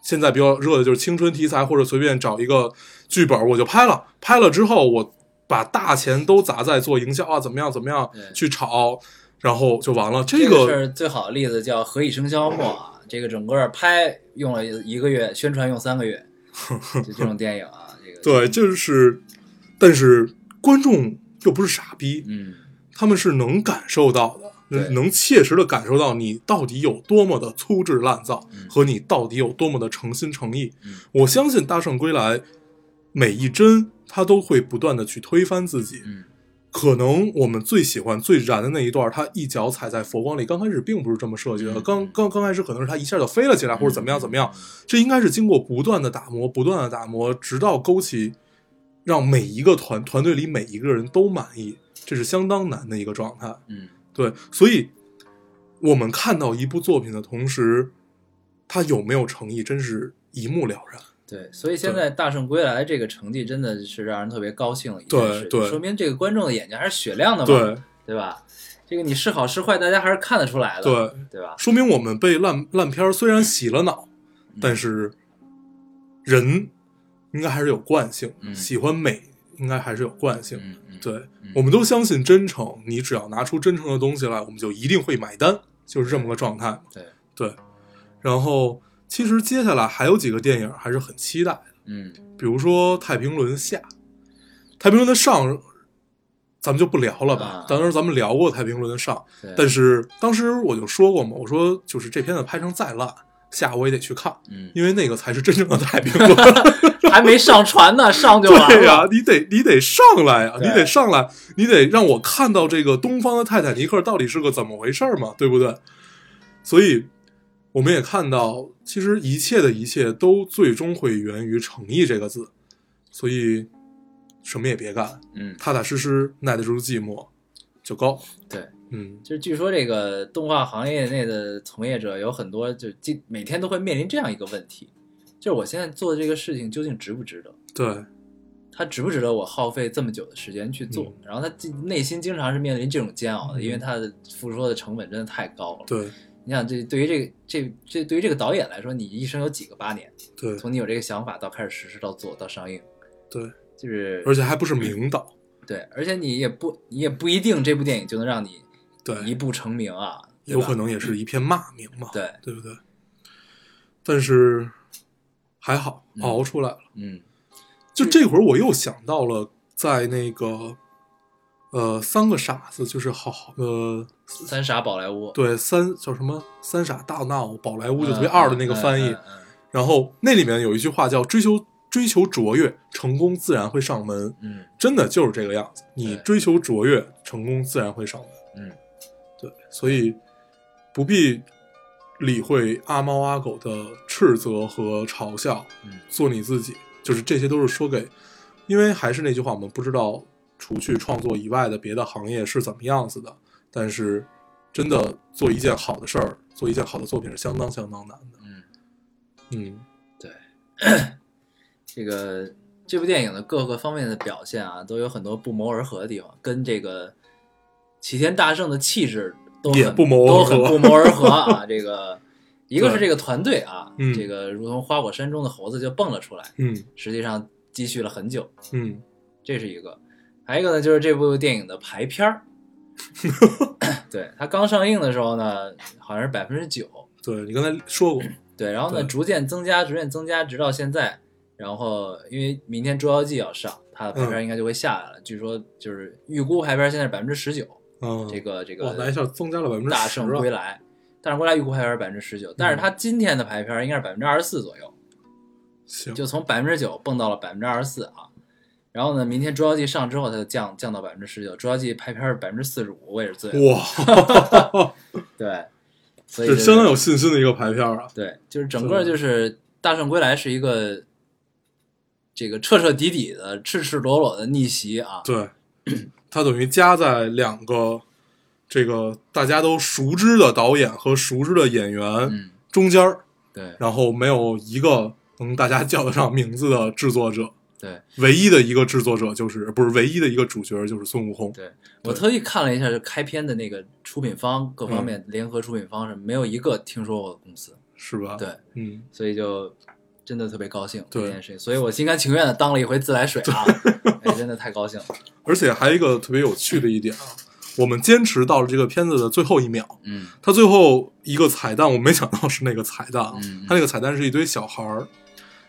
[SPEAKER 1] 现在比较热的就是青春题材，或者随便找一个剧本我就拍了，拍了之后我把大钱都砸在做营销啊，怎么样怎么样
[SPEAKER 2] 对
[SPEAKER 1] 去炒，然后就完了。这
[SPEAKER 2] 个事
[SPEAKER 1] 个
[SPEAKER 2] 儿最好的例子叫《何以笙箫默》啊，这个整个拍用了一个月，宣传用三 个月，就这种电影啊，这个
[SPEAKER 1] 对，就是，但是观众又不是傻逼，
[SPEAKER 2] 嗯，
[SPEAKER 1] 他们是能感受到的，
[SPEAKER 2] 对
[SPEAKER 1] 能切实的感受到你到底有多么的粗制滥造，
[SPEAKER 2] 嗯
[SPEAKER 1] 和你到底有多么的诚心诚意。
[SPEAKER 2] 嗯
[SPEAKER 1] 我相信《大圣归来》每一帧，他都会不断的去推翻自己，
[SPEAKER 2] 嗯
[SPEAKER 1] 可能我们最喜欢最燃的那一段，他一脚踩在佛光里，刚开始并不是这么设计的，
[SPEAKER 2] 嗯
[SPEAKER 1] 刚刚刚开始可能是他一下就飞了起来，或者怎么样怎么样，这应该是经过不断的打磨，不断的打磨，直到勾起让每一个团团队里每一个人都满意，这是相当难的一个状态。
[SPEAKER 2] 嗯
[SPEAKER 1] 对，所以我们看到一部作品的同时，它有没有诚意，真是一目了然。
[SPEAKER 2] 对，所以现在《大圣归来》这个成绩真的是让人特别高兴的一件
[SPEAKER 1] 对
[SPEAKER 2] 事情，
[SPEAKER 1] 对
[SPEAKER 2] 说明这个观众的眼睛还是雪亮的嘛，
[SPEAKER 1] 对，
[SPEAKER 2] 对吧？这个你是好是坏，大家还是看得出来的，
[SPEAKER 1] 对
[SPEAKER 2] 对吧？
[SPEAKER 1] 说明我们被烂烂片儿虽然洗了脑，
[SPEAKER 2] 嗯
[SPEAKER 1] 但是人应该还是有惯性，
[SPEAKER 2] 嗯
[SPEAKER 1] 喜欢美应该还是有惯性。
[SPEAKER 2] 嗯嗯，
[SPEAKER 1] 对、
[SPEAKER 2] 嗯
[SPEAKER 1] 我们都相信真诚，你只要拿出真诚的东西来，我们就一定会买单，就是这么个状态嘛。
[SPEAKER 2] 对，
[SPEAKER 1] 对，然后其实接下来还有几个电影还是很期待的。
[SPEAKER 2] 嗯，
[SPEAKER 1] 比如说《太平轮》下，《太平轮》的上，咱们就不聊了吧。
[SPEAKER 2] 啊
[SPEAKER 1] 当时咱们聊过《太平轮》的上，
[SPEAKER 2] 对，
[SPEAKER 1] 但是当时我就说过嘛，我说就是这片子拍成再烂，下我也得去看，
[SPEAKER 2] 嗯，
[SPEAKER 1] 因为那个才是真正的太平轮。
[SPEAKER 2] 还没上传呢，上就完
[SPEAKER 1] 对呀、
[SPEAKER 2] 了，
[SPEAKER 1] 你得你得上来呀、啊
[SPEAKER 2] 对
[SPEAKER 1] 你得上来，你得让我看到这个东方的泰坦尼克到底是个怎么回事儿嘛，对不对？所以我们也看到，其实一切的一切都最终会源于诚意这个字，所以什么也别干，
[SPEAKER 2] 嗯，
[SPEAKER 1] 踏踏实实耐得住寂寞就够了。
[SPEAKER 2] 对。
[SPEAKER 1] 嗯，
[SPEAKER 2] 就是据说这个动画行业内的从业者有很多，就今每天都会面临这样一个问题，就是我现在做的这个事情究竟值不值得？
[SPEAKER 1] 对，
[SPEAKER 2] 它值不值得我耗费这么久的时间去做？
[SPEAKER 1] 嗯
[SPEAKER 2] 然后他经内心经常是面临这种煎熬的，因为他的付出的成本真的太高了。
[SPEAKER 1] 对，
[SPEAKER 2] 你想，这对于这个这这对于这个导演来说，你一生有几个八年？
[SPEAKER 1] 对，
[SPEAKER 2] 从你有这个想法到开始实施，到做，到上映，
[SPEAKER 1] 对，
[SPEAKER 2] 就是
[SPEAKER 1] 而且还不是明导，
[SPEAKER 2] 对，而且你也不你也不一定这部电影就能让你
[SPEAKER 1] 对，
[SPEAKER 2] 一步成名啊，对
[SPEAKER 1] 有
[SPEAKER 2] 吧
[SPEAKER 1] 可能也是一片骂名嘛，
[SPEAKER 2] 对，
[SPEAKER 1] 对不对？但是还好
[SPEAKER 2] 嗯
[SPEAKER 1] 熬出来了。
[SPEAKER 2] 嗯
[SPEAKER 1] 就这会儿，我又想到了在那个呃三个傻子，就是好好呃，
[SPEAKER 2] 三傻宝莱坞，
[SPEAKER 1] 对三叫什么三傻大闹宝莱
[SPEAKER 2] 嗯，
[SPEAKER 1] 坞，就特别二的那个翻译。
[SPEAKER 2] 嗯嗯嗯
[SPEAKER 1] 然后那里面有一句话叫追求追求卓越，成功自然会上门。
[SPEAKER 2] 嗯
[SPEAKER 1] 真的就是这个样子，你
[SPEAKER 2] 对
[SPEAKER 1] 追求卓越，成功自然会上门。
[SPEAKER 2] 嗯，
[SPEAKER 1] 对，所以不必理会阿猫阿狗的斥责和嘲笑，
[SPEAKER 2] 嗯
[SPEAKER 1] 做你自己，就是这些都是说给，因为还是那句话，我们不知道除去创作以外的别的行业是怎么样子的，但是真的做一件好的事儿，做一件好的作品是相当相当难的。
[SPEAKER 2] 嗯，
[SPEAKER 1] 嗯，
[SPEAKER 2] 这个这部电影的各个方面的表现啊，都有很多不谋而合的地方，跟这个齐天大圣的气质都很
[SPEAKER 1] 也不谋而合
[SPEAKER 2] 都很不谋而合啊。 这个一个是这个团队啊，
[SPEAKER 1] 嗯
[SPEAKER 2] 这个如同花果山中的猴子就蹦了出来，
[SPEAKER 1] 嗯
[SPEAKER 2] 实际上积蓄了很久，
[SPEAKER 1] 嗯，
[SPEAKER 2] 这是一个。还有一个呢，就是这部电影的排 片儿。对它刚上映的时候呢，好像是百分之九，
[SPEAKER 1] 对你刚才说过，
[SPEAKER 2] 对，然后呢，
[SPEAKER 1] 对
[SPEAKER 2] 逐渐增加，逐渐增加，直到现在。然后因为明天《捉妖记》要上，它的排
[SPEAKER 1] 嗯
[SPEAKER 2] 片应该就会下来了。据说就是预估排片现在是百分之十九，
[SPEAKER 1] 嗯，
[SPEAKER 2] 这个这
[SPEAKER 1] 哇，那
[SPEAKER 2] 个
[SPEAKER 1] 一下增加了百分之
[SPEAKER 2] 大
[SPEAKER 1] 十
[SPEAKER 2] 圣归
[SPEAKER 1] 啊，嗯
[SPEAKER 2] 来，大圣归来预估排片是百分之十九，但是它今天的排片应该是百分之二十四左右，
[SPEAKER 1] 行，
[SPEAKER 2] 就从百分之九蹦到了百分之二十四啊。然后呢，明天《捉妖记》上之后，它就降降到百分之十九，《捉妖记》排片是百分之四十五，我也是醉了。
[SPEAKER 1] 哇，
[SPEAKER 2] 对， 所以
[SPEAKER 1] 这
[SPEAKER 2] 就是
[SPEAKER 1] 相当有信心的一个排片儿啊。
[SPEAKER 2] 对，就是整个就是《大圣归来》是一个这个彻彻底底的、赤赤裸裸的逆袭啊！
[SPEAKER 1] 对，它等于加在两个这个大家都熟知的导演和熟知的演员
[SPEAKER 2] 嗯，
[SPEAKER 1] 中间儿，
[SPEAKER 2] 对
[SPEAKER 1] 然后没有一个能大家叫得上名字的制作者，
[SPEAKER 2] 对
[SPEAKER 1] 唯一的一个制作者就是不是唯一的一个主角就是孙悟空。
[SPEAKER 2] 对，我特意看了一下，就开篇的那个出品方各方
[SPEAKER 1] 嗯
[SPEAKER 2] 面联合出品方是没有一个听说过的公司，
[SPEAKER 1] 是吧？，
[SPEAKER 2] 对，
[SPEAKER 1] 嗯，
[SPEAKER 2] 所以就真的特别高兴
[SPEAKER 1] 对
[SPEAKER 2] 这件事情，所以我心甘情愿的当了一回自来水啊！哎，真的太高兴了，
[SPEAKER 1] 而且还有一个特别有趣的一点啊，我们坚持到了这个片子的最后一秒，
[SPEAKER 2] 嗯
[SPEAKER 1] 他最后一个彩蛋，我没想到是那个彩蛋啊
[SPEAKER 2] 嗯嗯，
[SPEAKER 1] 他那个彩蛋是一堆小孩儿，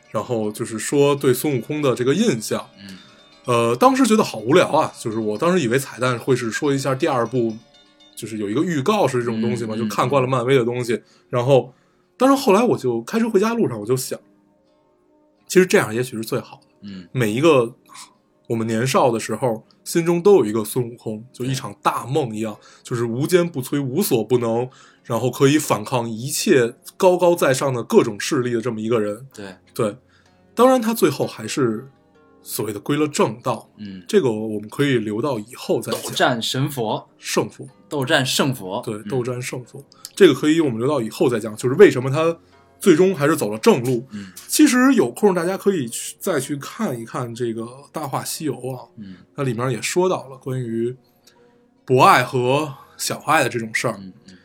[SPEAKER 1] 然后就是说对孙悟空的这个印象。
[SPEAKER 2] 嗯
[SPEAKER 1] 呃，当时觉得好无聊啊，就是我当时以为彩蛋会是说一下第二部，就是有一个预告是这种东西嘛，
[SPEAKER 2] 嗯
[SPEAKER 1] 就看惯了漫威的东西。然后，但是后来我就开车回家路上，我就想，其实这样也许是最好的。
[SPEAKER 2] 嗯
[SPEAKER 1] 每一个我们年少的时候，心中都有一个孙悟空，就一场大梦一样，就是无坚不摧、无所不能，然后可以反抗一切高高在上的各种势力的这么一个人。
[SPEAKER 2] 对，
[SPEAKER 1] 对，当然他最后还是所谓的归了正道，
[SPEAKER 2] 嗯，
[SPEAKER 1] 这个我们可以留到以后再
[SPEAKER 2] 斗
[SPEAKER 1] 讲。
[SPEAKER 2] 战神佛，
[SPEAKER 1] 胜负，
[SPEAKER 2] 斗战胜佛，
[SPEAKER 1] 对，
[SPEAKER 2] 嗯
[SPEAKER 1] 斗，战胜负，这个可以我们留到以后再讲，就是为什么他最终还是走了正路。
[SPEAKER 2] 嗯
[SPEAKER 1] 其实有空大家可以去再去看一看这个《大话西游》啊，
[SPEAKER 2] 嗯
[SPEAKER 1] 它里面也说到了关于博爱和小爱的这种事儿，
[SPEAKER 2] 嗯嗯，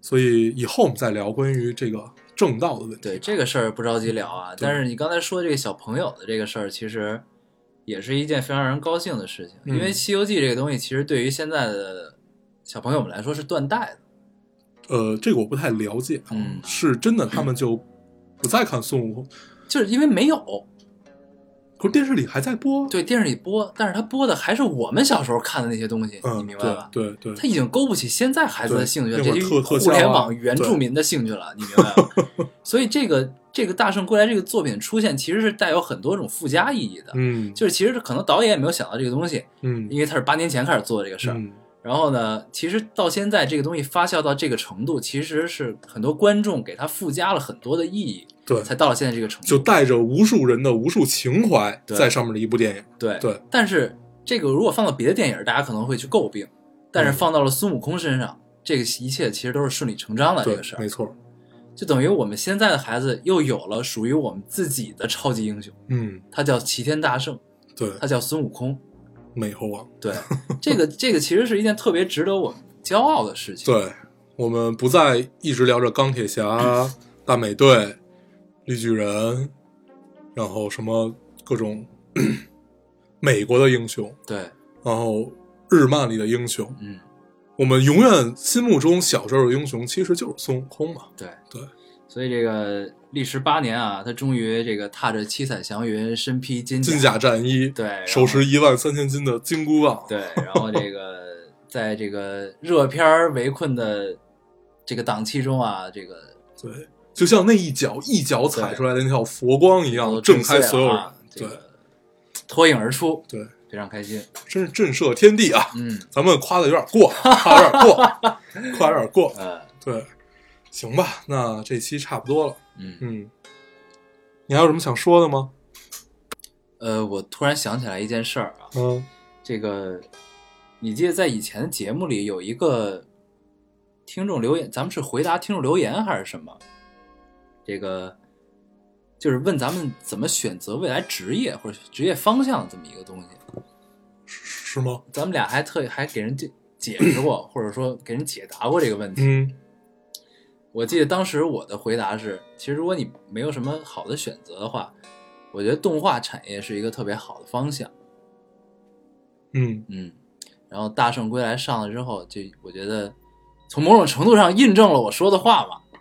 [SPEAKER 1] 所以以后我们再聊关于这个正道的问题。
[SPEAKER 2] 对这个事儿不着急聊啊，
[SPEAKER 1] 对
[SPEAKER 2] 但是你刚才说这个小朋友的这个事儿，其实也是一件非常让人高兴的事情，
[SPEAKER 1] 嗯
[SPEAKER 2] 因为《西游记》这个东西，其实对于现在的小朋友们来说是断代的，
[SPEAKER 1] 呃，这个我不太了解啊，
[SPEAKER 2] 嗯
[SPEAKER 1] 是真的他们就不再看孙悟空，
[SPEAKER 2] 就是因为没有
[SPEAKER 1] 可是电视里还在播。，
[SPEAKER 2] 对电视里播，但是他播的还是我们小时候看的那些东西，你
[SPEAKER 1] 嗯，
[SPEAKER 2] 明白吧？
[SPEAKER 1] 对对
[SPEAKER 2] 他
[SPEAKER 1] 对，
[SPEAKER 2] 已经勾不起现在孩子的兴趣，了，
[SPEAKER 1] 对
[SPEAKER 2] 这
[SPEAKER 1] 那会儿特特效
[SPEAKER 2] 些互
[SPEAKER 1] 啊
[SPEAKER 2] 联网原住民的兴趣了，你明 白吗？所以这个这个《大圣归来》这个作品出现，其实是带有很多种附加意义的。
[SPEAKER 1] 嗯，
[SPEAKER 2] 就是其实可能导演也没有想到这个东西，
[SPEAKER 1] 嗯
[SPEAKER 2] 因为他是八年前开始做这个事儿。
[SPEAKER 1] 嗯
[SPEAKER 2] 然后呢，其实到现在这个东西发酵到这个程度，其实是很多观众给它附加了很多的意义，
[SPEAKER 1] 对，
[SPEAKER 2] 才到了现在这个程
[SPEAKER 1] 就
[SPEAKER 2] 度。
[SPEAKER 1] 带着无数人的无数情怀
[SPEAKER 2] 对
[SPEAKER 1] 在上面的一部电影。
[SPEAKER 2] 对
[SPEAKER 1] 对
[SPEAKER 2] 但是这个如果放到别的电影，大家可能会去诟病，但是
[SPEAKER 1] 嗯
[SPEAKER 2] 放到了孙悟空身上，这个一切其实都是顺理成章的这
[SPEAKER 1] 对
[SPEAKER 2] 个事，儿
[SPEAKER 1] 没。错。
[SPEAKER 2] 就等于我们现在的孩子又有了属于我们自己的超级英雄，
[SPEAKER 1] 嗯，
[SPEAKER 2] 他叫齐天大圣，
[SPEAKER 1] 对，
[SPEAKER 2] 他叫孙悟空。
[SPEAKER 1] 美猴王。
[SPEAKER 2] 对，这个这个其实是一件特别值得我们骄傲的事情。
[SPEAKER 1] 对，我们不再一直聊着钢铁侠、大美队、绿巨人，然后什么各种 美国的英雄，
[SPEAKER 2] 对，
[SPEAKER 1] 然后日漫里的英雄。
[SPEAKER 2] 嗯，
[SPEAKER 1] 我们永远心目中小时候的英雄其实就是孙悟空嘛。
[SPEAKER 2] 对
[SPEAKER 1] 对。
[SPEAKER 2] 所以这个历时八年啊，他终于这个踏着七彩祥云，身披金
[SPEAKER 1] 金甲战衣，
[SPEAKER 2] 对，然后
[SPEAKER 1] 手持一万三千斤的金箍棒，
[SPEAKER 2] 对，然后 这个在这个热片儿围困的这个档期中啊，这个
[SPEAKER 1] 对，就像那一脚一脚踩出来的那条佛光一样，
[SPEAKER 2] 都
[SPEAKER 1] 震
[SPEAKER 2] 碎
[SPEAKER 1] 开
[SPEAKER 2] 了
[SPEAKER 1] 所有人
[SPEAKER 2] 啊，。这个脱颖而出，
[SPEAKER 1] 对对，
[SPEAKER 2] 非常开心。
[SPEAKER 1] 真是震慑天地啊！
[SPEAKER 2] 嗯，
[SPEAKER 1] 咱们夸的有点过，夸的有点过，夸的有点 过。
[SPEAKER 2] 呃，
[SPEAKER 1] 对，行吧，那这期差不多了。
[SPEAKER 2] 嗯，
[SPEAKER 1] 嗯，你还有什么想说的吗？
[SPEAKER 2] 呃，我突然想起来一件事儿啊，
[SPEAKER 1] 嗯
[SPEAKER 2] 这个你记得在以前的节目里有一个听众留言，咱们是回答听众留言还是什么？这个就是问咱们怎么选择未来职业或者职业方向这么一个东西，
[SPEAKER 1] 是吗？
[SPEAKER 2] 咱们俩还特还给人解解释过，或者说给人解答过这个问题。
[SPEAKER 1] 嗯
[SPEAKER 2] 我记得当时我的回答是，其实如果你没有什么好的选择的话，我觉得动画产业是一个特别好的方向。
[SPEAKER 1] 嗯，
[SPEAKER 2] 嗯，然后《大圣归来》上了之后，就我觉得从某种程度上印证了我说的话嘛。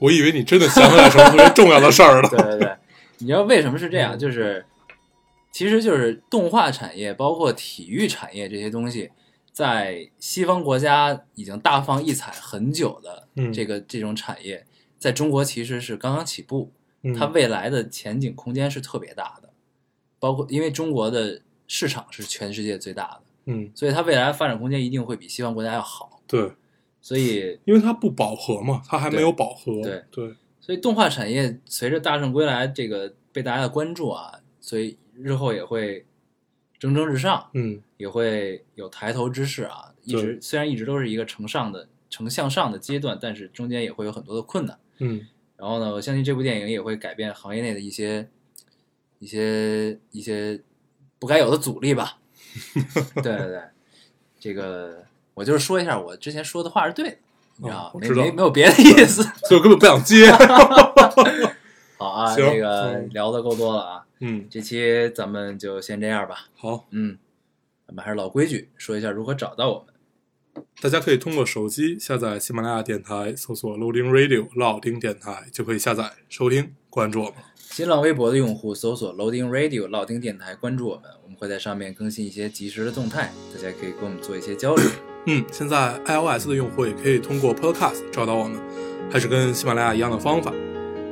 [SPEAKER 1] 我以为你真的想起来什么特别重要的事儿了。
[SPEAKER 2] 对对对，你知道为什么是这样？
[SPEAKER 1] 嗯
[SPEAKER 2] 就是其实就是动画产业，包括体育产业这些东西，在西方国家已经大放异彩很久的
[SPEAKER 1] 嗯
[SPEAKER 2] 这个、这种产业，在中国其实是刚刚起步，
[SPEAKER 1] 嗯
[SPEAKER 2] 它未来的前景空间是特别大的，包括因为中国的市场是全世界最大的。
[SPEAKER 1] 嗯，
[SPEAKER 2] 所以它未来的发展空间一定会比西方国家要好。
[SPEAKER 1] 对，
[SPEAKER 2] 所以，
[SPEAKER 1] 因为它不饱和嘛，它还没有饱和。
[SPEAKER 2] 对
[SPEAKER 1] 对，
[SPEAKER 2] 所以动画产业随着《大圣归来》这个被大家的关注啊，所以日后也会蒸蒸日上，
[SPEAKER 1] 嗯
[SPEAKER 2] 也会有抬头之势啊。一直虽然一直都是一个呈上的、呈向上的阶段，但是中间也会有很多的困难。
[SPEAKER 1] 嗯
[SPEAKER 2] 然后呢，我相信这部电影也会改变行业内的一些、一些、一些不该有的阻 力吧。对对对，这个我就是说一下，我之前说的话是对的，你知道吗
[SPEAKER 1] 哦我
[SPEAKER 2] 没
[SPEAKER 1] 知道
[SPEAKER 2] 没没有别的意思。
[SPEAKER 1] 所以我根本不想接。
[SPEAKER 2] 好啊，
[SPEAKER 1] 行
[SPEAKER 2] 这个
[SPEAKER 1] 嗯
[SPEAKER 2] 聊的够多了啊，
[SPEAKER 1] 嗯，
[SPEAKER 2] 这期咱们就先这样吧。
[SPEAKER 1] 好。
[SPEAKER 2] 嗯，咱们还是老规矩，说一下如何找到我们。
[SPEAKER 1] 大家可以通过手机下载喜马拉雅电台，搜索 Loading Radio 老丁电台，就可以下载收听关注我们。
[SPEAKER 2] 新浪微博的用户搜索 Loading Radio 老丁电台，关注我们，我们会在上面更新一些及时的动态，大家可以跟我们做一些交流。
[SPEAKER 1] 嗯，现在 iOS 的用户也可以通过 Podcast 找到我们，还是跟喜马拉雅一样的方法。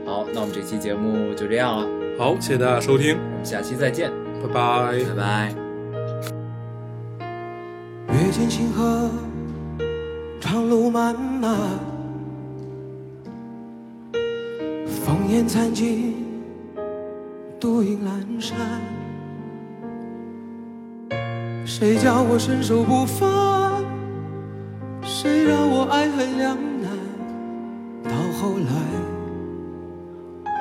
[SPEAKER 2] 好，那我们这期节目就这样了，
[SPEAKER 1] 好，谢谢大家收听，
[SPEAKER 2] 我们下期再见，
[SPEAKER 1] 拜拜拜
[SPEAKER 2] 拜。拜。
[SPEAKER 3] 阅尽星河，长路漫漫，烽烟残尽，独影阑珊。谁叫我身手不凡？谁让我爱恨两难？到后来，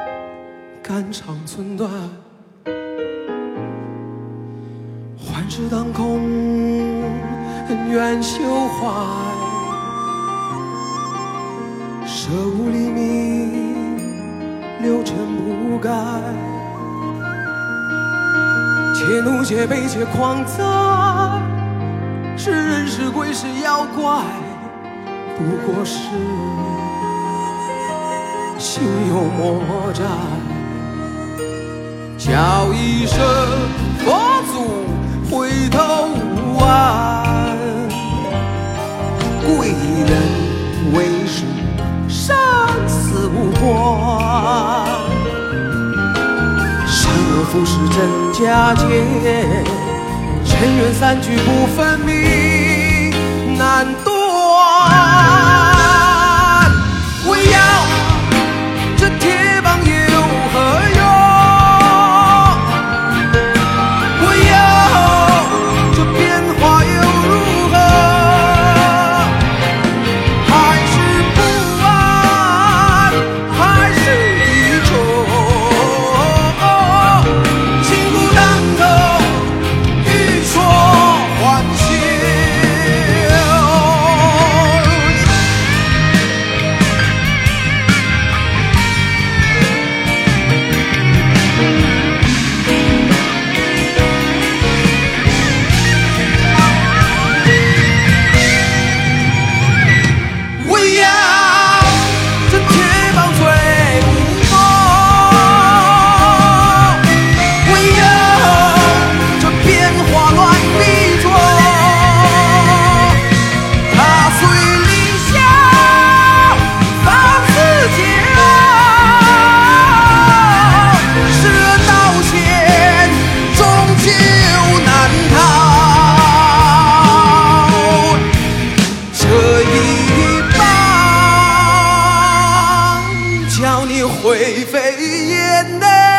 [SPEAKER 3] 肝肠寸断。幻世当空，恩怨休怀。舍无黎明，六尘不改。且怒且悲且狂哉，是人是鬼是妖怪，不过是心有魔债。叫一声佛祖，回头无岸。贵人为师，生死无关。善恶浮世真假界，尘缘散聚不分明，难断。我要。这铁棒有何用？我要这变化又如何？还是不安，还是抵触？情不难懂，欲说还休。我要这铁棒最无风，我要这变化乱逼装，踏碎理想，放肆桀骜，是恶道险，终究难逃。这一棒，叫你灰飞烟灭。